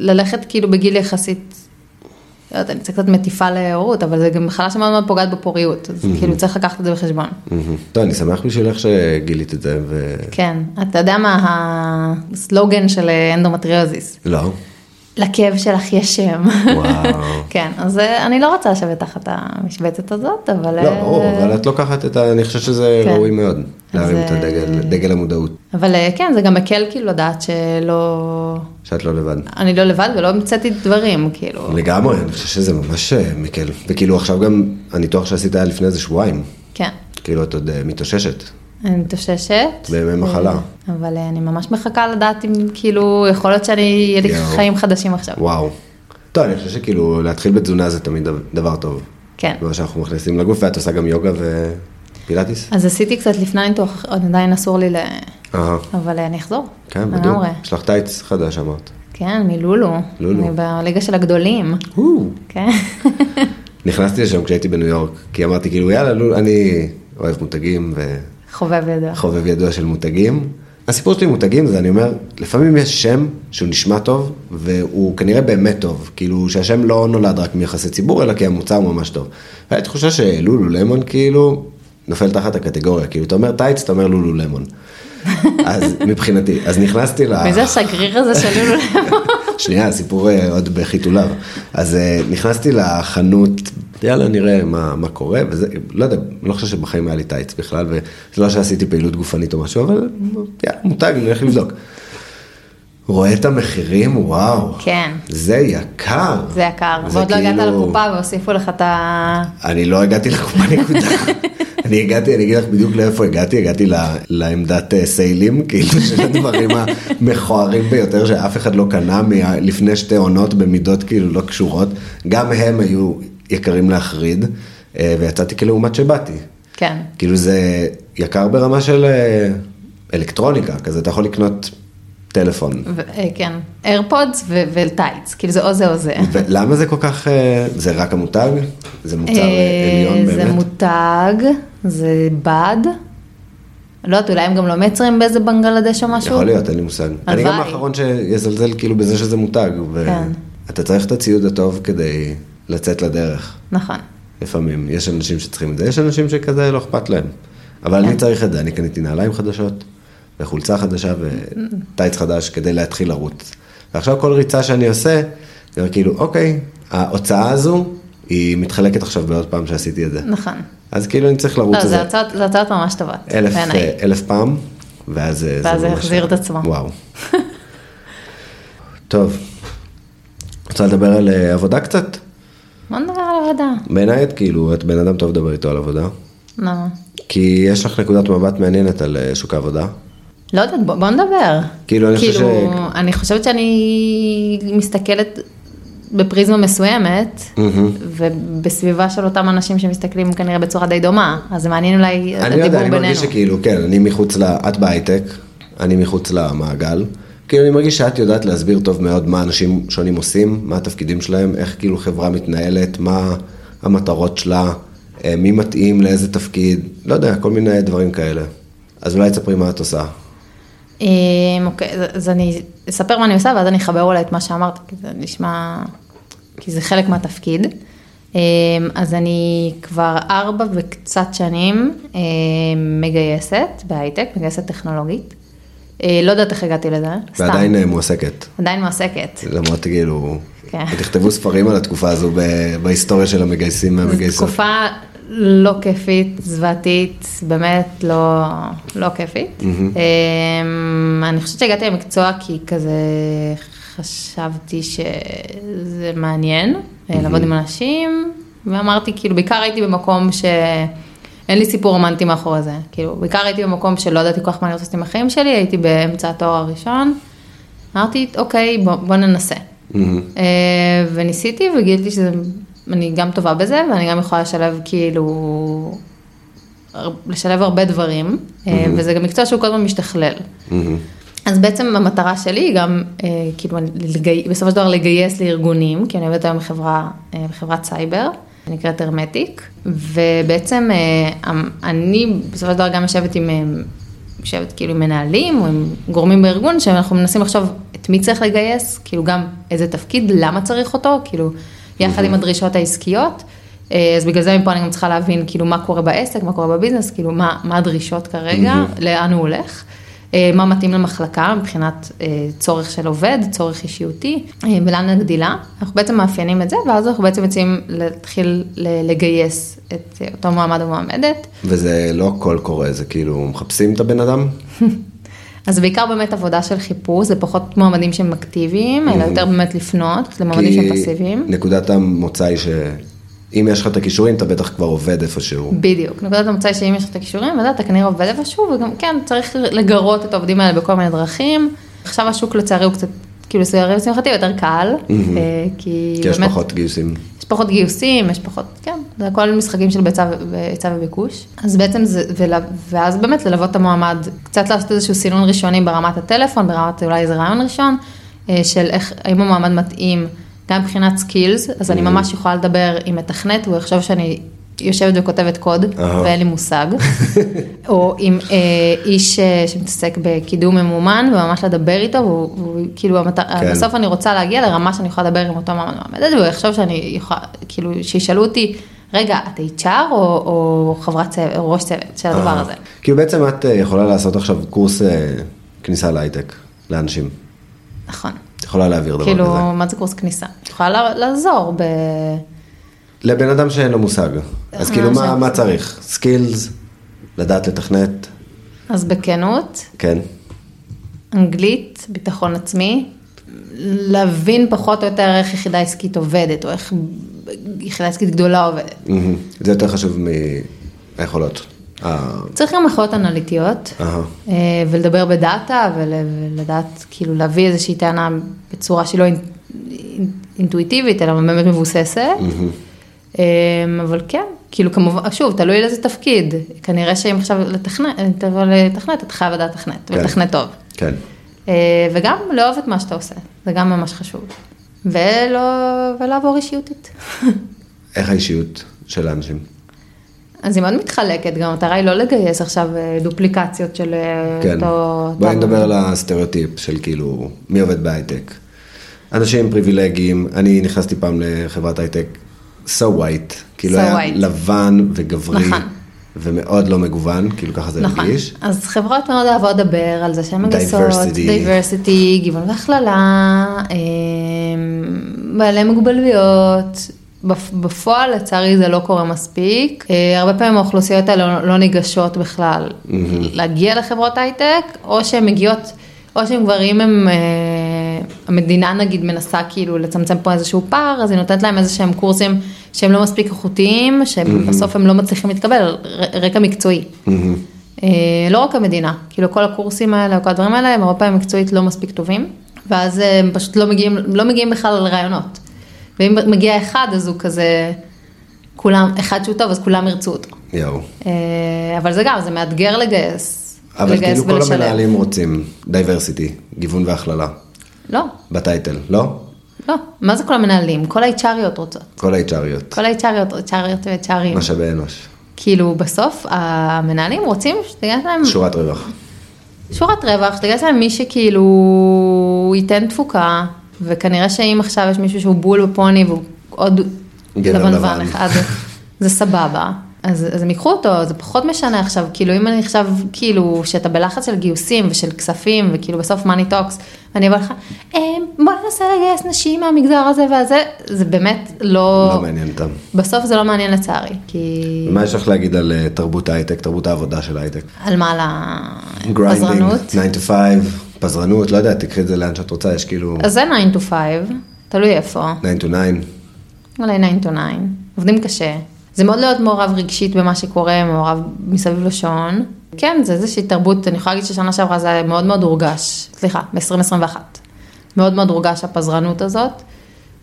ללכת כאילו בגיל יחסית, לא יודעת, אני קצת מטיפה להורות, אבל זה גם מחלה שמאוד מאוד פוגעת בפוריות, אז כאילו צריך לקחת את זה בחשבון.
מהמם. טוב, לא, אני שמח בשבילך שגילית את זה, ו...
כן, אתה יודע מה הסלוגן של אה, אנדומטריוזיס?
לא.
לכאב שלך יש שם.
וואו.
כן, אז אה, אני לא רוצה לשבת תחת המשבצת הזאת, אבל...
לא,
אה,
ברור, אבל את לוקחת את ה... אני חושב שזה
כן.
ראוי מאוד, להרים
אז, אה,
את הדגל, דגל המודעות,
אבל אה, כן, זה גם מקל כאילו לדעת שלא...
שאת לא לבד.
אני לא לבד ולא המצאתי דברים, כאילו.
כן. לגמרי, אני חושב שזה ממש אה, מקל. וכאילו עכשיו גם הניתוח שעשית היה לפני איזה שבועיים,
כן.
כאילו את עוד אה, מתאוששת.
אני מתאוששת.
בימי מחלה.
אבל אה, אני ממש מחכה לדעת אם כאילו, יכול להיות שאני, יהיה לי
יואו.
חיים חדשים עכשיו.
וואו. טוב, אני חושב שכאילו להתחיל בתזונה זה תמיד דבר טוב.
כן.
מה שאנחנו מכניסים לגוף, ואת עושה גם יוגה ופילאטיס?
אז עשיתי קצת לפני הניתוח, עוד עדיין אסור לי ל...
אהה.
אבל אה, אני אחזור.
כן, בדיוק.
לגמרי.
יש לך טייץ חדש אמרת.
כן, מלולו.
לולו.
אני בליגה של הגדולים. כן.
נכנסתי לשם כשהייתי בניו יורק, כי אמרתי כאילו יאללה, לול, אני אוהב מותגים
חובב ידוע.
וחובב ידוע של מותגים. הסיפור שלי עם מותגים זה אני אומר, לפעמים יש שם שהוא נשמע טוב והוא כנראה באמת טוב, כאילו שהשם לא נולד רק מיחסי ציבור אלא כי המוצר הוא ממש טוב. הייתה תחושה שלולו למון כאילו נופל תחת הקטגוריה, כאילו אתה אומר טייץ, אתה אומר לולו למון. אז מבחינתי, אז נכנסתי ל...
מי זה השגריר הזה של לולו?
שנייה, הסיפור אה, עוד בחיתוליו. אז אה, נכנסתי לחנות, יאללה, נראה מה, מה קורה, וזה, לא יודע, לא חושב שבחיים היה לי טייץ בכלל, וזה לא שעשיתי פעילות גופנית או משהו, אבל יאללה, מותג, נלך לבדוק. רואה את המחירים, וואו.
כן.
זה יקר.
זה יקר.
זה
ועוד לא הגעת
כאילו-
לקופה והוסיפו לך את ה...
אני לא הגעתי לקופה נקודה. אני הגעתי, אני אגיד לך בדיוק לאיפה הגעתי, הגעתי ל- לעמדת אה, סיילים, כאילו של הדברים המכוערים ביותר שאף אחד לא קנה מה- לפני שתי עונות במידות כאילו לא קשורות. גם הם היו יקרים להחריד, אה, ויצאתי כלעומת שבאתי.
כן.
כאילו זה יקר ברמה של אה, אלקטרוניקה, כזה אתה יכול לקנות טלפון.
ו- אה, כן. איירפודס וטייץ. כאילו זה או זה או זה.
ולמה זה כל כך, אה, זה רק המותג? זה מוצר אה,
אה,
עליון
זה
באמת?
מותג, זה בד. לא יודעת, אולי הם גם לא מייצרים באיזה בנגלדש או משהו.
יכול להיות, אין לי מושג. אני
הלוואי.
גם האחרון שיזלזל כאילו בזה שזה מותג. ו-
כן.
אתה צריך את הציוד הטוב כדי לצאת לדרך,
נכון.
לפעמים. יש אנשים שצריכים את זה, יש אנשים שכזה לא אכפת להם. אבל
כן.
אני צריך את זה, אני קניתי נעליים חדשות, וחולצה חדשה, וטייץ חדש כדי להתחיל לרוץ. ועכשיו כל ריצה שאני עושה, זה אומר כאילו, אוקיי, ההוצאה הזו, היא מתחלקת עכשיו בעוד פעם שעשיתי את זה.
נכון.
אז כאילו אני צריך לרוץ
לא,
על
זה
זה
הצעות- זה הצעות ממש טובות.
אלף, אה,
בעיניי.
אלף פעם, ואז אה,
ואז זה
ממש-
החזיר את עצמו.
וואו. טוב, רוצה לדבר על אה, עבודה קצת?
בוא נדבר על עבודה.
בעיניי את כאילו, את בן אדם טוב לדבר איתו על עבודה,
למה?
כי יש לך נקודת מבט מעניינת על אה, שוק העבודה.
לא יודעת, בוא, בוא נדבר.
כאילו, אני חושב
כאילו,
ש-
אני חושבת שאני מסתכלת בפריזמה מסוימת, ובסביבה של אותם אנשים שמסתכלים כנראה בצורה די דומה, אז זה מעניין אולי
אני לא
הדיבור
יודע,
בינינו.
אני מרגיש שכאילו, כן, אני מחוץ ל... את בהייטק, אני מחוץ למעגל. כאילו, אני מרגיש שאת יודעת להסביר טוב מאוד מה אנשים שונים עושים, מה התפקידים שלהם, איך כאילו חברה מתנהלת, מה המטרות שלה, אה, מי מתאים לאיזה תפקיד, לא יודע, כל מיני דברים כאלה. אז אולי תספרי מה את עושה.
אמ, אוקיי, אז- אז אני אספר מה אני עושה ואז אני אחבר אולי את מה שאמרת, כי זה נשמע, כי זה חלק מהתפקיד. אמ, אז אני כבר ארבע וקצת שנים אמ, מגייסת בהייטק, מגייסת טכנולוגית. אה, לא יודעת איך הגעתי לזה, סתם.
ועדיין אה, מועסקת.
עדיין מועסקת.
למרות כאילו,
כן.
תכתבו ספרים על התקופה הזו ב- בהיסטוריה של המגייסים
זו
והמגייסות.
תקופה לא כיפית, זוועתית, באמת לא, לא כיפית. אמ, אני חושבת שהגעתי למקצוע כי כזה חשבתי שזה מעניין, אה, לעבוד עם אנשים, ואמרתי כאילו, בעיקר הייתי במקום ש... אין לי סיפור רומנטי מאחורי זה, כאילו, בעיקר הייתי במקום שלא ידעתי כל כך מה אני רוצה לעשות עם החיים שלי, הייתי באמצע התואר הראשון, אמרתי, אוקיי, בוא, בוא ננסה.
מהמם.
אה, וניסיתי וגיליתי שזה, אני גם טובה בזה ואני גם יכולה לשלב כאילו, הר- לשלב הרבה דברים, אה, וזה גם מקצוע שהוא כל הזמן משתכלל.
מהמם.
אז בעצם המטרה שלי היא גם, אה, כאילו, אני- לגי... בסופו של דבר לגייס לארגונים, כי אני עובדת היום בחברה, אה, בחברת סייבר, שנקראת הרמטיק, ובעצם אה, המ- אני בסופו של דבר גם יושבת עם, אה, יושבת כאילו עם מנהלים או עם גורמים בארגון, שאנחנו מנסים לחשוב את מי צריך לגייס, כאילו גם איזה תפקיד, למה צריך אותו, כאילו, יחד עם הדרישות העסקיות. אה, אז בגלל זה מפה אני גם צריכה להבין כאילו מה קורה בעסק, מה קורה בביזנס, כאילו מה, מה הדרישות כרגע, לאן הוא הולך. אה, מה מתאים למחלקה מבחינת אה, צורך של עובד, צורך אישיותי אה, ולאן הגדילה. אנחנו בעצם מאפיינים את זה ואז אנחנו בעצם יוצאים להתחיל ל- לגייס את אה, אותו מועמד או מועמדת.
וזה לא הכל קורה, זה כאילו מחפשים את הבן אדם?
אז בעיקר באמת עבודה של חיפוש, זה פחות מועמדים שהם אקטיביים,
Mhm.
אלא יותר באמת לפנות למועמדים שהם פסיביים.
נקודת המוצא היא שאם יש לך את הכישורים, אתה בטח כבר עובד איפשהו.
בדיוק, נקודת המוצא היא שאם יש לך את הכישורים, אז אתה כנראה עובד איפשהו, וגם כן, צריך לגרות את העובדים האלה בכל מיני דרכים. עכשיו השוק לצערי הוא קצת, כאילו, לצערי לשמחתי, יותר קל, אה, כי
Mhm. כי יש
באמת,
פחות גיוסים.
יש פחות גיוסים, יש פחות, כן, זה הכל משחקים של ביצה ו- היצע וביקוש. אז בעצם זה, ול- ואז באמת ללוות את המועמד, קצת לעשות איזשהו סינון ראשוני ברמת הטלפון, ברמת אולי איזה רעיון ראשון, אה, של איך, האם המועמד מתאים, גם מבחינת סקילס, אז אני ממש יכולה לדבר עם מתכנת, הוא יחשוב שאני יושבת וכותבת קוד,
אהה.
ואין לי מושג, או עם אה, איש אה, שמתעסק בקידום ממומן, וממש לדבר איתו, והוא והוא כאילו, המטר-
כן.
בסוף אני רוצה להגיע לרמה שאני יכולה לדבר עם אותו מעמד מעמדת, והוא יחשוב שאני יכולה, כאילו, שישאלו אותי, רגע, את HR או, או חברת צוות, או ראש צוות של הדבר
אה.
הזה?
כאילו בעצם את אה, יכולה לעשות עכשיו קורס אה, כניסה להייטק לאנשים.
נכון.
את יכולה להעביר דבר
כאילו,
כזה.
מה זה קורס כניסה? את יכולה לה- לעזור ב...
לבן אדם שאין לו מושג. אז
אה,
כאילו מה-
שם.
מה צריך? סקילס, לדעת לתכנת,
אז בכנות,
כן.
אנגלית, ביטחון עצמי, להבין פחות או יותר איך יחידה עסקית עובדת, או איך יחידה עסקית גדולה עובדת.
מהמם. זה יותר חשוב מהיכולות. אה,
צריך גם יכולות אנליטיות,
אהה.
אה, ולדבר בדאטה, ול- ולדעת, כאילו, להביא איזושהי טענה בצורה שהיא לא אינ- אינ- אינטואיטיבית, אלא באמת מבוססת. אה, אבל כן, כאילו כמובן, שוב, תלוי לאיזה תפקיד, כנראה שאם עכשיו לתכנת, תבוא לתכנת, אתה חייב לדעת לתכנת,
כן.
ולתכנת טוב.
כן.
אה, וגם לאהוב את מה שאתה עושה, זה גם ממש חשוב. ולא, ולעבור אישיותית.
איך האישיות של האנשים?
אז היא מאוד מתחלקת, גם המטרה היא לא לגייס עכשיו אה, דופליקציות של אה,
כן.
אותו...
בואי
אותם-
נדבר על הסטריאוטיפ של כאילו, מי עובד בהייטק. אנשים פריבילגיים, אני נכנסתי פעם לחברת הייטק, so white, כאילו
So
היה
white.
לבן וגברי,
נכון.
ומאוד לא מגוון, כאילו ככה זה
נכון.
הרגיש.
אז חברות מאוד אוהבות לדבר על זה שהן מגייסות,
Diversity.
דייברסיטי, גיוון והכללה, אמ, בעלי מוגבלויות. בפ- בפועל לצערי זה לא קורה מספיק, אה, הרבה פעמים האוכלוסיות האלה לא- לא ניגשות בכלל להגיע לחברות הייטק, או שהן מגיעות, או שהן כבר אם הם, אה, המדינה נגיד מנסה כאילו לצמצם פה איזשהו פער, אז היא נותנת להם איזה שהם קורסים שהם לא מספיק איכותיים, שבסוף הם לא מצליחים להתקבל, על ר- רקע מקצועי. אה, לא רק המדינה, כאילו כל הקורסים האלה, כל הדברים האלה, הם הרבה פעמים מקצועית לא מספיק טובים, ואז אה, הם פשוט לא מגיעים, לא מגיעים בכלל לרעיונות. ואם מגיע אחד, אז הוא כזה, כולם, אחד שהוא טוב, אז כולם ירצו אותו.
יואו.
אה, אבל זה גם, זה מאתגר לגייס,
אבל
לגייס
כאילו כל המנהלים רוצים דייברסיטי, גיוון והכללה,
לא,
בטייטל, לא?
לא, מה זה כל המנהלים? כל ה-HRיות רוצות.
כל ה-HRיות,
כל ה-HRיות, HRיות ו-HRים.
משאבי אנוש,
כאילו בסוף המנהלים רוצים שתגייס להם
שורת רווח.
שורת רווח, שתגייס להם מי שכאילו ייתן תפוקה, וכנראה שאם עכשיו יש מישהו שהוא בול בפוני והוא עוד
גבר
לבנוון
לבן.
אחד, זה סבבה. אז, אז הם ייקחו אותו, זה פחות משנה עכשיו, כאילו אם אני עכשיו, כאילו, שאתה בלחץ של גיוסים ושל כספים, וכאילו בסוף מאני טוקס, ואני אומר לך, "אה, בוא ננסה לגייס נשים מהמגזר הזה והזה, זה באמת לא...
לא מעניין אותם.
בסוף זה לא מעניין לצערי, כי...
מה יש לך להגיד על אה, תרבות ההייטק, תרבות העבודה של ההייטק?
על מה
גריינדינג,
לפזרנות?
9 to 5, פזרנות, לא יודע, תקחי את זה לאן שאת רוצה, יש כאילו
אז זה 9 to 5, תלוי איפה,
9 to 9,
אולי 9 to 9, עובדים קשה. זה מאוד להיות מעורב רגשית במה שקורה, מעורב מסביב לשעון. כן, זה איזושהי תרבות, אני יכולה להגיד ששנה שעברה זה היה מאוד מאוד הורגש, סליחה, ב-2021. מאוד מאוד הורגש הפזרנות הזאת.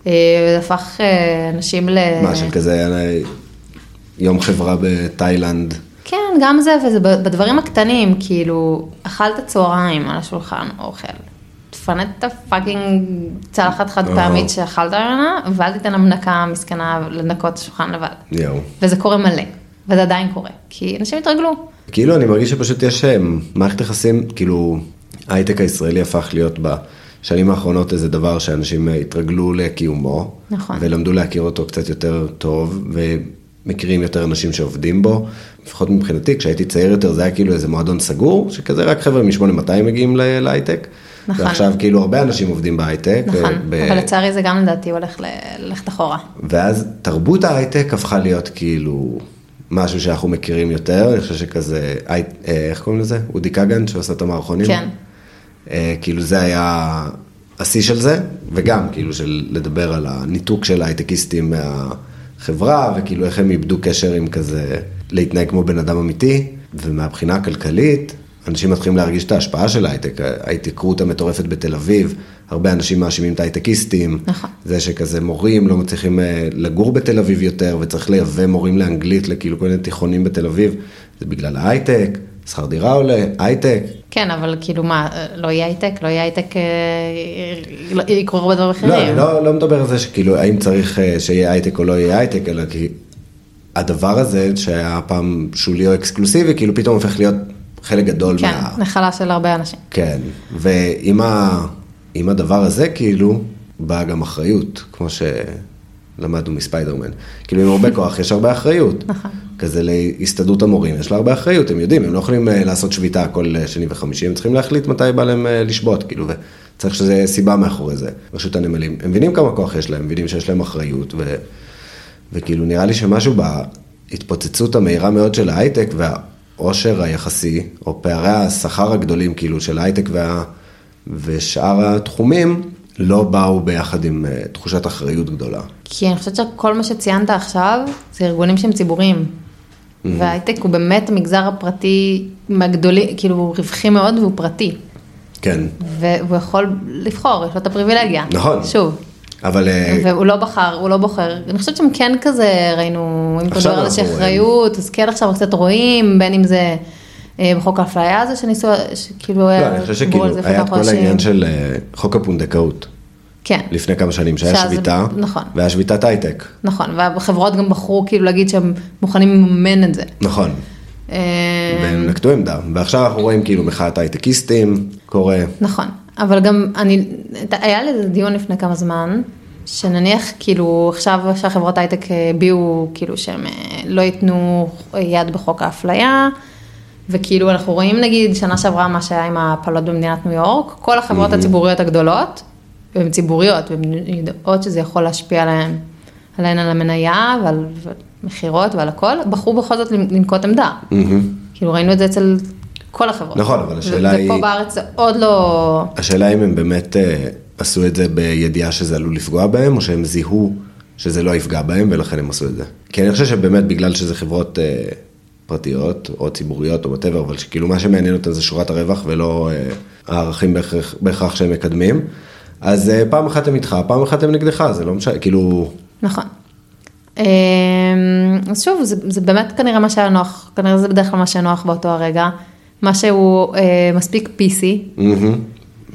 אה, זה הפך אה, אנשים ל...
מה של כזה, אה, יום חברה בתאילנד,
כן, גם זה, וזה ב- בדברים הקטנים, כאילו, אכלת צהריים על השולחן, אוכל. תפנה את הפאקינג צלחת חד
אה.
פעמית שאכלת ממנה, ואל תיתן המנקה מסכנה לנקות את השולחן לבד.
יואו.
וזה קורה מלא, וזה עדיין קורה, כי אנשים התרגלו.
כאילו אני מרגיש שפשוט יש אה, מערכת יחסים, כאילו ההייטק הישראלי הפך להיות בשנים האחרונות איזה דבר שאנשים אה, התרגלו לקיומו,
נכון.
ולמדו להכיר אותו קצת יותר טוב, ומכירים יותר אנשים שעובדים בו, לפחות מבחינתי כשהייתי צעיר יותר זה היה כאילו איזה מועדון סגור, שכזה רק חבר'ה מ-8200 מגיעים ל- להייטק,
נכון.
ועכשיו כאילו הרבה אנשים עובדים בהייטק, אה,
נכון,
ב-
אבל לצערי זה גם לדעתי הולך ל- ללכת אחורה.
ואז תרבות ההייטק הפכה להיות כאילו משהו שאנחנו מכירים יותר, אני חושב שכזה, הי- אה, איך קוראים לזה? אודי כגן שעושה את המערכונים?
כן.
אה, כאילו זה היה השיא של זה, וגם כאילו של לדבר על הניתוק של ההייטקיסטים מהחברה, וכאילו איך הם איבדו קשר עם כזה להתנהג כמו בן אדם אמיתי, ומהבחינה הכלכלית, אנשים מתחילים להרגיש את ההשפעה של ההייטק, ההייטקרות המטורפת בתל אביב, הרבה אנשים מאשימים את ההייטקיסטים,
נכון.
זה שכזה מורים לא מצליחים אה, לגור בתל אביב יותר, וצריך לייבא מורים לאנגלית לכאילו כל מיני תיכונים בתל אביב, זה בגלל ההייטק, שכר דירה עולה, הייטק,
כן, אבל כאילו מה, לא יהיה הייטק, לא יהיה הייטק, אה, לא- יקרו הרבה דברים אחרים.
לא, אני לא, לא מדבר על זה שכאילו, האם צריך אה, שיהיה הייטק או לא יהיה הייטק, אלא כי הדבר הזה שהיה פעם שולי או אקסקלוסיבי, כאילו פתאום הופך להיות חלק גדול
כן,
מה...
נחלה של הרבה אנשים.
כן, ועם ה... עם הדבר הזה, כאילו, באה גם אחריות, כמו שלמדנו מספיידרמן. כאילו, עם הרבה כוח יש הרבה אחריות.
נכון.
כזה להסתדרות המורים, יש לה הרבה אחריות, הם יודעים, הם לא יכולים אה, לעשות שביתה כל אה, שני וחמישי, הם צריכים להחליט מתי בא להם אה, לשבות, כאילו, וצריך שזה יהיה סיבה מאחורי זה. רשות הנמלים, הם מבינים כמה כוח יש להם, הם מבינים שיש להם אחריות, ו... וכאילו נראה לי שמשהו בהתפוצצות המהירה מאוד של ההייטק והעושר היחסי, או פערי השכר הגדולים כאילו של ההייטק וה... ושאר התחומים, לא באו ביחד עם אה, תחושת אחריות גדולה.
כי אני חושבת שכל מה שציינת עכשיו, זה ארגונים שהם ציבוריים. וההייטק הוא באמת המגזר הפרטי מהגדולים, כאילו הוא רווחי מאוד והוא פרטי.
כן.
והוא יכול לבחור, יש לו את הפריבילגיה.
נכון.
שוב.
אבל אה,
והוא לא בחר, הוא לא בוחר. אני חושבת שהם כן כזה, ראינו, אם אתה
עכשיו
מדבר על איזושהי
אנחנו
אחריות, אז כן עכשיו קצת רואים, בין אם זה אה, בחוק האפליה הזה שניסו, כאילו, אה, שכאילו,
לא, אני חושב שכאילו היה את כל העניין של אה, חוק הפונדקאות
כן.
לפני כמה שנים, שהיה
שאז-
שביתה,
נכון.
והיה שביתת הייטק,
נכון, והחברות גם בחרו כאילו להגיד שהם מוכנים לממן את זה.
נכון,
אה,
והם נקטו עמדה, ועכשיו אנחנו רואים כאילו מחאת הייטקיסטים קורה,
נכון, אבל גם אני, היה לי איזה דיון לפני כמה זמן, שנניח כאילו עכשיו שהחברות הייטק הביעו כאילו שהם אה, לא ייתנו יד בחוק האפליה, וכאילו אנחנו רואים נגיד שנה שעברה מה שהיה עם ההפלות במדינת ניו יורק, כל החברות הציבוריות הגדולות, והן ציבוריות, והן יודעות שזה יכול להשפיע עליהן, עליהן על המנייה ועל ועל מכירות ועל הכל, בחרו בכל זאת לנקוט עמדה. כאילו ראינו את זה אצל כל החברות.
נכון, אבל השאלה
ו-
היא-
ופה בארץ זה עוד לא...
השאלה אם הם באמת אה, עשו את זה בידיעה שזה עלול לפגוע בהם, או שהם זיהו שזה לא יפגע בהם, ולכן הם עשו את זה. כי אני חושב שבאמת בגלל שזה חברות אה, פרטיות, או ציבוריות, או וואטאבר, אבל שכאילו מה שמעניין אותם זה שורת הרווח, ולא אה, הערכים בהכרח, בהכרח שהם מקדמים, אז אה, פעם אחת הם איתך, פעם אחת הם נגדך, זה לא משנה, כאילו,
נכון. אמ, אז שוב, זה, זה באמת כנראה מה שהיה נוח, כנראה זה בדרך כלל מה שהיה נוח באותו הרגע, מה שהוא אה, מספיק פיסי,
מהמם,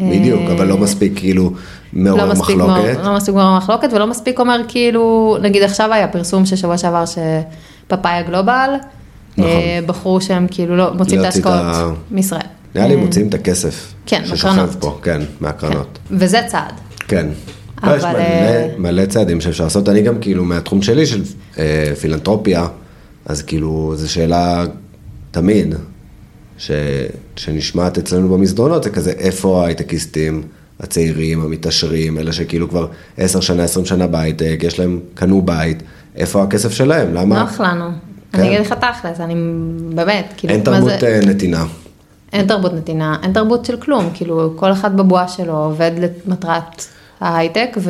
בדיוק, אבל לא מספיק כאילו מעורר
אה, לא מספיק
מחלוקת.
לא מספיק גורם מחלוקת ולא מספיק אומר כאילו, נגיד עכשיו היה פרסום ששבוע שעבר שפאפאיה גלובל,
נכון.
אה, בחרו שהם כאילו לא מוצאים את
להוציא את
ההשקעות
ה-
מישראל. אה,
נראה לי הם מוציאים את הכסף
כן,
ששוכב
מהקרנות.
פה, כן, מהקרנות.
וזה צעד.
כן.
אבל,
אבל... יש מלא,
אה,
מלא צעדים שאפשר לעשות, אני גם כאילו מהתחום שלי של אה, פילנטרופיה, אז כאילו, זו שאלה תמיד, ש... שנשמעת אצלנו במסדרונות, זה כזה, איפה ההייטקיסטים, הצעירים, המתעשרים, אלה שכאילו כבר 10 שנה, 20 שנה בהייטק, יש להם, קנו בית, איפה הכסף שלהם? למה?
נוח לנו.
כן.
אני אגיד לך תכלס, אני באמת, כאילו,
אין
נכון. מה
תרבות
זה-
אה, נתינה.
אין תרבות נתינה, אין תרבות של כלום, כאילו כל אחד בבועה שלו עובד למטרת ההייטק
כן.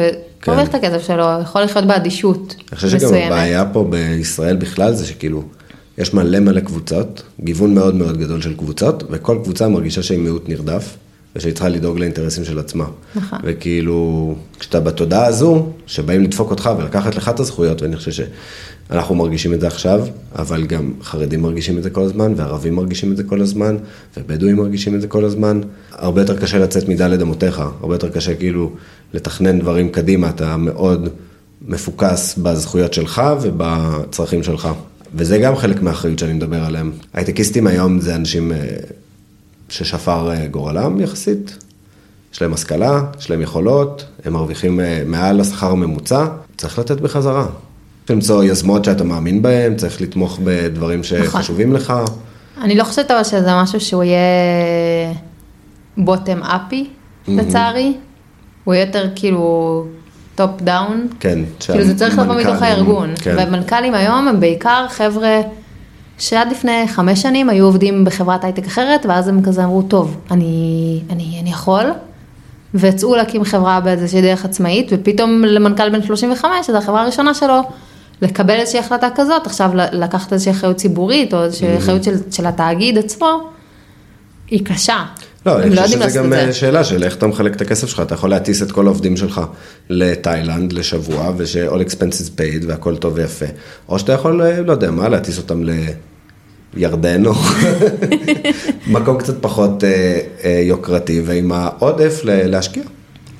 ומרוויח את הכסף שלו, יכול לחיות באדישות
אני חושב שגם
מסוימת.
הבעיה פה בישראל בכלל זה שכאילו, יש מלא מלא קבוצות, גיוון מאוד מאוד גדול של קבוצות, וכל קבוצה מרגישה שהיא מיעוט נרדף, ושהיא צריכה לדאוג לאינטרסים של עצמה.
נכון.
וכאילו, כשאתה בתודעה הזו, שבאים לדפוק אותך ולקחת לך את הזכויות, ואני חושב שאנחנו מרגישים את זה עכשיו, אבל גם חרדים מרגישים את זה כל הזמן, וערבים מרגישים את זה כל הזמן, ובדואים מרגישים את זה כל הזמן. הרבה יותר קשה לצאת מדלת אמותיך, הרבה יותר קשה כאילו לתכנן דברים קדימה, אתה מאוד מפוקס בזכויות שלך ובצרכים שלך. וזה גם חלק מהאחריות שאני מדבר עליהם. הייטקיסטים היום זה אנשים אה, ששפר אה, גורלם יחסית, יש להם השכלה, יש להם יכולות, הם מרוויחים אה, מעל השכר הממוצע, צריך לתת בחזרה. צריך למצוא יוזמות שאתה מאמין בהן, צריך לתמוך בדברים
נכון.
שחשובים לך.
אני לא חושבת אבל שזה משהו שהוא יהיה בוטם אפי,
Mm-hmm.
לצערי, הוא יהיה יותר כאילו טופ דאון,
כן,
כאילו זה צריך לבוא
שהמנכ"ל-
מתוך הארגון,
כן.
והמנכ"לים היום הם בעיקר חבר'ה שעד לפני חמש שנים היו עובדים בחברת הייטק אחרת, ואז הם כזה אמרו, טוב, אני, אני, אני יכול, ויצאו להקים חברה באיזושהי דרך עצמאית, ופתאום למנכ"ל בן 35, שזו החברה הראשונה שלו, לקבל איזושהי החלטה כזאת, עכשיו ל- לקחת איזושהי אחריות ציבורית, או
Mm-hmm.
איזושהי אחריות של, של התאגיד עצמו, היא קשה.
לא,
הם
אני
לא
חושב
יודעים
שזה
לעשות
גם
את
אה,
זה.
שאלה של איך אתה מחלק את הכסף שלך, אתה יכול להטיס את כל העובדים שלך לתאילנד לשבוע, וש- all expenses paid והכל טוב ויפה, או שאתה יכול, אה, לא יודע מה, להטיס אותם לירדן, או מקום קצת פחות אה, אה, יוקרתי, ועם העודף ל- להשקיע,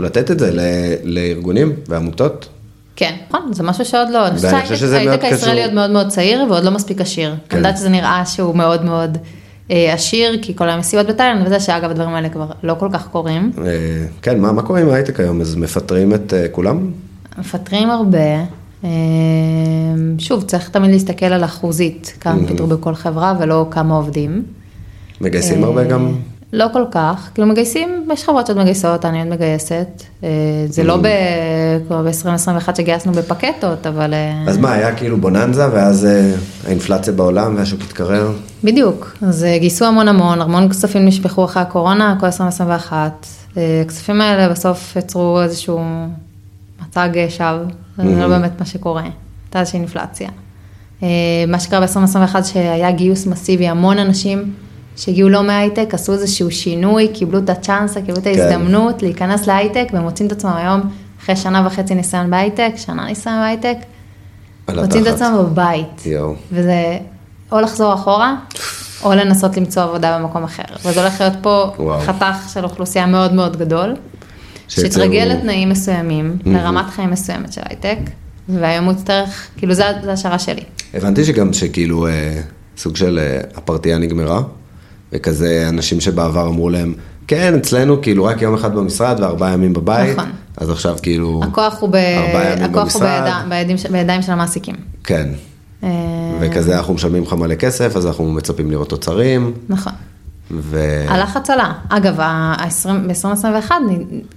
לתת את זה ל- לארגונים ועמותות.
כן, נכון, זה משהו שעוד לא, אני
ואני חושב
חושבת
שזה מאוד
שההייטק הישראלי
קשור-
עוד מאוד מאוד צעיר ועוד לא מספיק עשיר.
כן.
אני יודעת שזה נראה שהוא מאוד מאוד אה, עשיר, כי כל המסיבות בתאילנד וזה, שאגב הדברים האלה כבר לא כל כך קורים.
אה, כן, מה מה קורה עם ההייטק היום? אז מפטרים את אה, כולם?
מפטרים הרבה, אה, שוב, צריך תמיד להסתכל על אחוזית,
Mm-hmm.
כמה פיטרו בכל חברה ולא כמה עובדים.
מגייסים
אה,
הרבה גם?
לא כל כך, כאילו מגייסים, יש חברות שעוד מגייסות, אני עוד מגייסת. אה, זה לא ב-2021 שגייסנו בפקטות, אבל... אה,
Mm-hmm. אז מה, היה כאילו בוננזה, ואז אה, האינפלציה בעולם והשוק התקרר?
בדיוק, אז אה, גייסו המון המון, המון כספים נשפכו אחרי הקורונה, כל 2021. אה, הכספים האלה בסוף יצרו איזשהו מצג אה, שווא, זה לא באמת מה שקורה, הייתה איזושהי אינפלציה. אה, מה שקרה ב-2021 שהיה גיוס מסיבי, המון אנשים שהגיעו לא מהייטק, עשו איזשהו שינוי, קיבלו את הצ'אנס, קיבלו
כן.
את ההזדמנות להיכנס להייטק, והם מוצאים את עצמם היום, אחרי שנה וחצי ניסיון בהייטק, שנה ניסיון בהייטק,
על
מוצאים את
התחת.
עצמם בבית.
יואו.
וזה או לחזור אחורה, או לנסות למצוא עבודה במקום אחר. וזה הולך להיות פה
וואו.
חתך של אוכלוסייה מאוד מאוד גדול,
שיצרו-
שהתרגל לתנאים מסוימים,
Mhm.
לרמת חיים מסוימת של הייטק, והיום הוא יצטרך, כאילו זה זה השערה שלי.
הבנתי שגם שכאילו אה, סוג של אה, הפרטייה נגמרה, וכזה אנשים שבעבר אמרו להם, כן, אצלנו כאילו רק יום אחד במשרד וארבעה ימים בבית,
נכון.
אז עכשיו כאילו,
הכוח הוא ב-
ארבעה ימים
הכוח הוא
במשרד.
בידע- בידים ש- בידיים של המעסיקים.
כן,
אה,
וכזה אנחנו משלמים לך מלא כסף, אז אנחנו מצפים לראות תוצרים,
נכון.
ו...
הלחץ עלה. אגב, ב-2021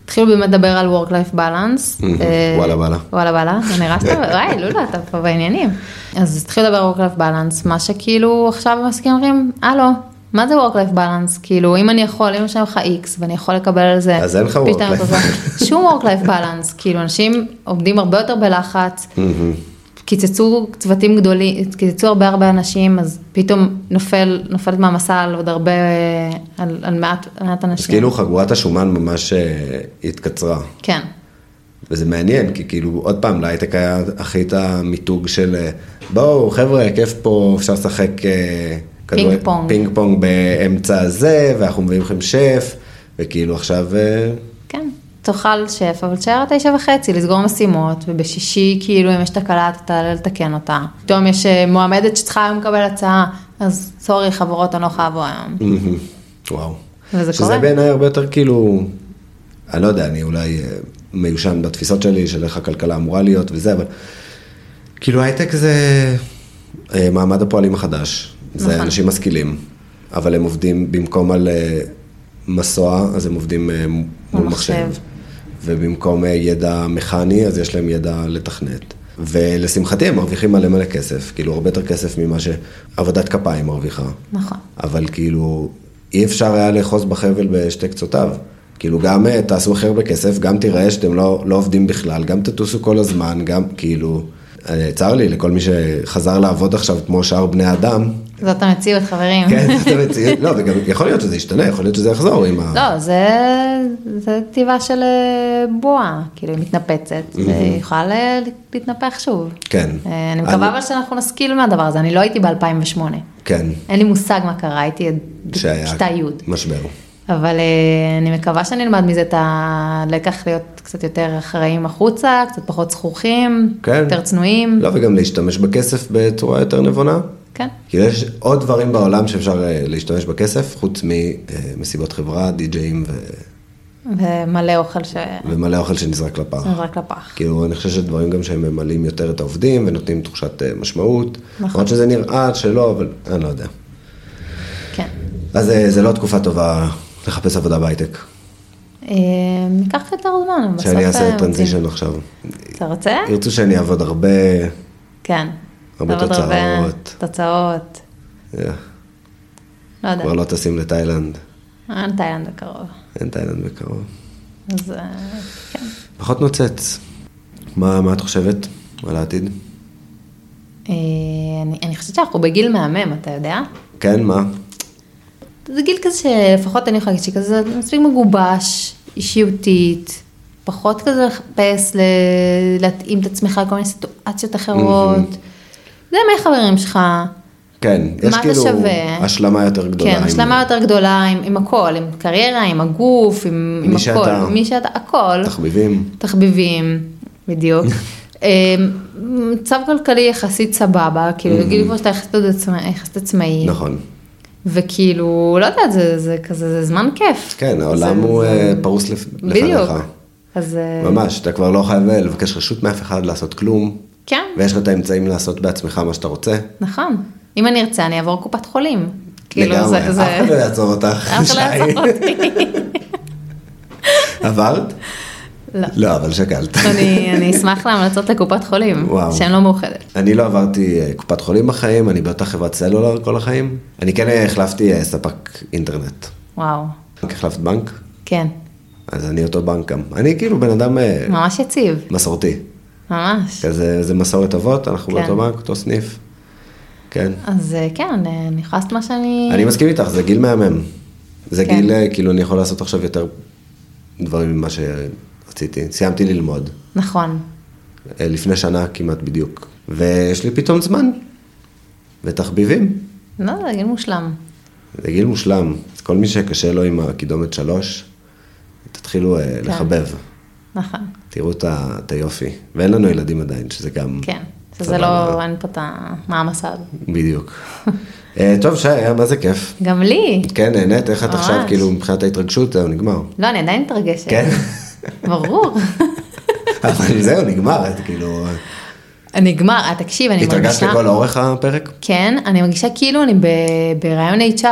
התחילו באמת לדבר על Work-Life Balance.
Mhm.
אה,
וואלה, וואלה.
וואלה וואלה, זה נראה שאתה, וואי, לולה, אתה פה בעניינים. אז התחילו לדבר על Work-Life Balance, מה שכאילו עכשיו המעסיקים אומרים, הלו, מה זה Work-Life Balance? כאילו, אם אני יכול, אם יש לך X ואני יכול לקבל על זה,
אז אין לך
פי
work-life
שתיים יותר
balance.
שום Work-Life Balance, כאילו, אנשים עובדים הרבה יותר בלחץ. קיצצו צוותים גדולים, קיצצו הרבה הרבה אנשים, אז פתאום נופל, נופלת מעמסה על עוד הרבה, על, על מעט, מעט אנשים.
אז כאילו חגורת השומן ממש אה, התקצרה.
כן,
וזה מעניין, כי כאילו, עוד פעם, להייטק היה הכי את המיתוג של אה, בואו, חבר'ה, כיף פה, אפשר לשחק אה,
פינג
כדורי-
פונג.
פינג פונג באמצע הזה, ואנחנו מביאים לכם שף, וכאילו עכשיו, אה,
כן. תאכל שף, אבל תשאר עד תשע וחצי, לסגור משימות, ובשישי, כאילו, אם יש תקלה, אתה תעלה לתקן אותה. פתאום יש אה, מועמדת שצריכה היום לקבל הצעה, אז סורי, חברות, אני לא יכולה לבוא היום.
מהמם, Mm-hmm. וואו.
וזה
שזה
קורה.
בעיניי הרבה יותר כאילו, אני לא יודע, אני אולי אה, מיושן בתפיסות שלי, של איך הכלכלה אמורה להיות וזה, אבל כאילו הייטק זה אה, מעמד הפועלים החדש, זה
נכון.
אנשים משכילים, אבל הם עובדים במקום על אה, מסוע, אז הם עובדים אה, מול מחשב.
מחשב.
ובמקום אה, ידע מכני, אז יש להם ידע לתכנת. ולשמחתי הם מרוויחים מלא מלא כסף, כאילו הרבה יותר כסף ממה שעבודת כפיים מרוויחה.
נכון.
אבל כאילו, אי אפשר היה לאחוז בחבל בשתי קצותיו. כאילו, גם אה, תעשו הכי הרבה כסף, גם תראה שאתם לא, לא עובדים בכלל, גם תטוסו כל הזמן, גם כאילו... אה, צר לי לכל מי שחזר לעבוד עכשיו כמו שאר בני אדם.
זאת המציאות, חברים.
כן, זאת המציאות. לא, וגם יכול להיות שזה ישתנה, יכול להיות שזה יחזור עם ה...
לא, זה, זה טבעה של אה, בועה, כאילו היא מתנפצת, והיא יכולה ל- להתנפח שוב.
כן.
אה, אני מקווה
אני-
אבל שאנחנו נשכיל מהדבר הזה, אני לא הייתי ב-2008,
כן,
אין לי מושג מה קרה, הייתי עד
שהיה...
בכיתה י',
משבר.
אבל אה, אני מקווה שנלמד מזה את הלקח להיות קצת יותר אחראים החוצה, קצת פחות זכוכים,
כן.
יותר צנועים,
לא, וגם להשתמש בכסף בצורה יותר נבונה.
כן,
כאילו יש עוד דברים בעולם שאפשר אה, להשתמש בכסף, חוץ ממסיבות חברה, די-ג'אים ו...
ומלא אוכל שנזרק
ומלא אוכל שנזרק לפח.
אה. לפח.
כאילו, אני חושב שדברים גם שהם ממלאים יותר את העובדים ונותנים תחושת אה, משמעות.
נכון.
למרות שזה נראה שלא, אבל אני לא יודע.
כן.
אז אה, זה לא תקופה טובה לחפש עבודה בהייטק.
אה, ניקח יותר זמן, אבל בסוף...
שאני
אה,
אעשה
מוצאים.
טרנזישן עכשיו.
אתה רוצה?
ירצו שאני אעבוד הרבה,
כן.
הרבה
אבל
תוצאות.
תוצאות.
אה,
לא יודעת.
כבר לא טסים לתאילנד,
אין תאילנד בקרוב.
אין תאילנד בקרוב.
אז אה, כן.
פחות נוצץ. מה מה את חושבת על העתיד?
אה, אני- אני חושבת שאנחנו בגיל מהמם, אתה יודע?
כן, מה?
זה גיל כזה שלפחות אני יכולה להגיד שכזה מספיק מגובש, אישיותית, פחות כזה לחפש ל... להתאים את עצמך לכל מיני סיטואציות אחרות. זה מי החברים שלך.
כן, יש
מה אתה
כאילו
שווה?
השלמה יותר גדולה.
כן,
עם-
השלמה יותר גדולה עם, עם הכל, עם קריירה, עם הגוף, עם, עם
מי
הכל.
שאתה.
מי שאתה, הכל.
תחביבים.
תחביבים, בדיוק. אה, מצב כלכלי יחסית סבבה, כאילו, גיל כבר שאתה יחסית עוד עצמא- יחסית עצמאי.
נכון.
וכאילו, לא יודעת, זה, זה כזה, זה זמן כיף.
כן,
זה-
העולם הוא
זה-
אה, פרוס לפ- לפניך.
בדיוק. אז אה,
ממש, אתה כבר לא חייב לבקש רשות מאף אחד לעשות כלום,
כן,
ויש לך את האמצעים לעשות בעצמך מה שאתה רוצה.
נכון. אם אני ארצה, אני אעבור קופת חולים. כאילו,
לגמרי,
זה,
אף
זה...
אחד לא יעצור אותך,
אף אחד לא
שי.
יעצור אותי.
עברת?
לא.
לא, אבל שקלת.
אני, אני אשמח להמלצות לקופת חולים,
וואו.
שהם לא מאוחדת.
אני לא עברתי אה, קופת חולים בחיים, אני באותה חברת סלולר כל החיים. אני כן אה, החלפתי אה, ספק אינטרנט.
וואו,
רק החלפת בנק,
כן,
אז אני אותו בנק גם. אני כאילו בן אדם אה,
ממש יציב,
מסורתי.
ממש.
כזה, זה מסורת אבות, אנחנו
כן.
באותו בנק, אותו סניף. כן.
אז אה, כן, אה, אני יכולה לעשות מה שאני...
אני מסכים איתך, זה גיל מהמם. זה
Mm. כן.
גיל, אה, כאילו, אני יכול לעשות עכשיו יותר דברים ממה שרציתי. סיימתי ללמוד,
נכון,
אה, לפני שנה כמעט בדיוק. ויש לי פתאום זמן, ותחביבים.
לא, זה גיל מושלם.
זה גיל מושלם. אז כל מי שקשה לו עם הקידומת שלוש, תתחילו אה,
כן.
לחבב.
נכון,
תראו את ה- את היופי. ואין לנו ילדים עדיין, שזה גם...
כן. שזה לא, אין פה את המעמסה הזאת.
בדיוק. אה, טוב, שי, היה מה זה כיף.
גם לי.
כן, נהנית, איך את
ממש.
עכשיו, כאילו, מבחינת ההתרגשות, זהו, נגמר.
לא, אני עדיין מתרגשת.
כן?
ברור.
אבל זהו, נגמר, את כאילו...
נגמר, אה, תקשיב, אני מרגישה...
התרגשת לכל אורך הפרק?
כן, אני מרגישה כאילו אני ב- בראיון HR.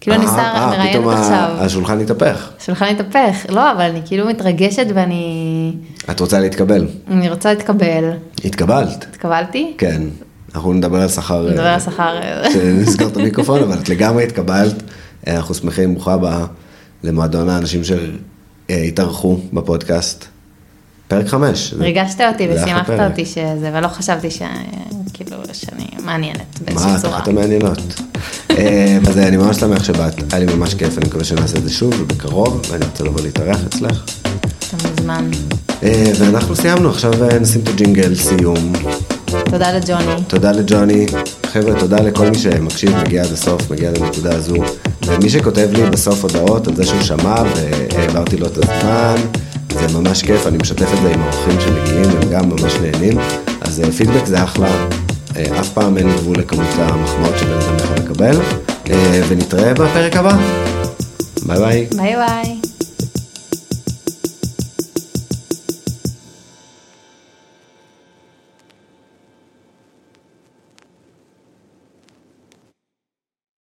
כאילו אני
אה,
שרה,
אה, פתאום
מראיינת
ה-
עכשיו.
השולחן התהפך.
השולחן התהפך. לא, אבל אני כאילו מתרגשת ואני...
את רוצה להתקבל.
אני רוצה להתקבל.
התקבלת.
התקבלתי?
כן. אנחנו נדבר על שכר...
נדבר
אה,
על שכר.
שנסגור את המיקרופון, אבל את לגמרי התקבלת. אה, אנחנו שמחים, ברוכה הבאה למועדון האנשים שהתארחו בפודקאסט. פרק חמש. זה-
ריגשת אותי
זה אחלה
ושימחת
פרק.
אותי שזה, ולא חשבתי ש... כאילו, שאני מעניינת
מה,
באיזושהי
את
צורה.
אחת המעניינות. אה, אז אני ממש שמח שבאת, היה לי ממש כיף, אני מקווה שנעשה את זה שוב ובקרוב, ואני רוצה לבוא להתארח אצלך.
אתה מוזמן.
אה, ואנחנו סיימנו, עכשיו אה, נשים את הג'ינגל סיום.
תודה לג'וני.
תודה לג'וני, חבר'ה, תודה לכל מי שמקשיב, מגיע עד הסוף, מגיע לנקודה הזו. ומי שכותב לי בסוף הודעות על זה שהוא שמע והעברתי לו את הזמן, זה ממש כיף, אני משתף את זה עם האורחים שמגיעים, הם גם ממש נהנים. אז אה, פידבק זה אחלה, אה, אף פעם אין גבול לכמות המחמאות שבן אדם יכול לקבל, אה, ונתראה בפרק הבא. ביי ביי.
ביי ביי.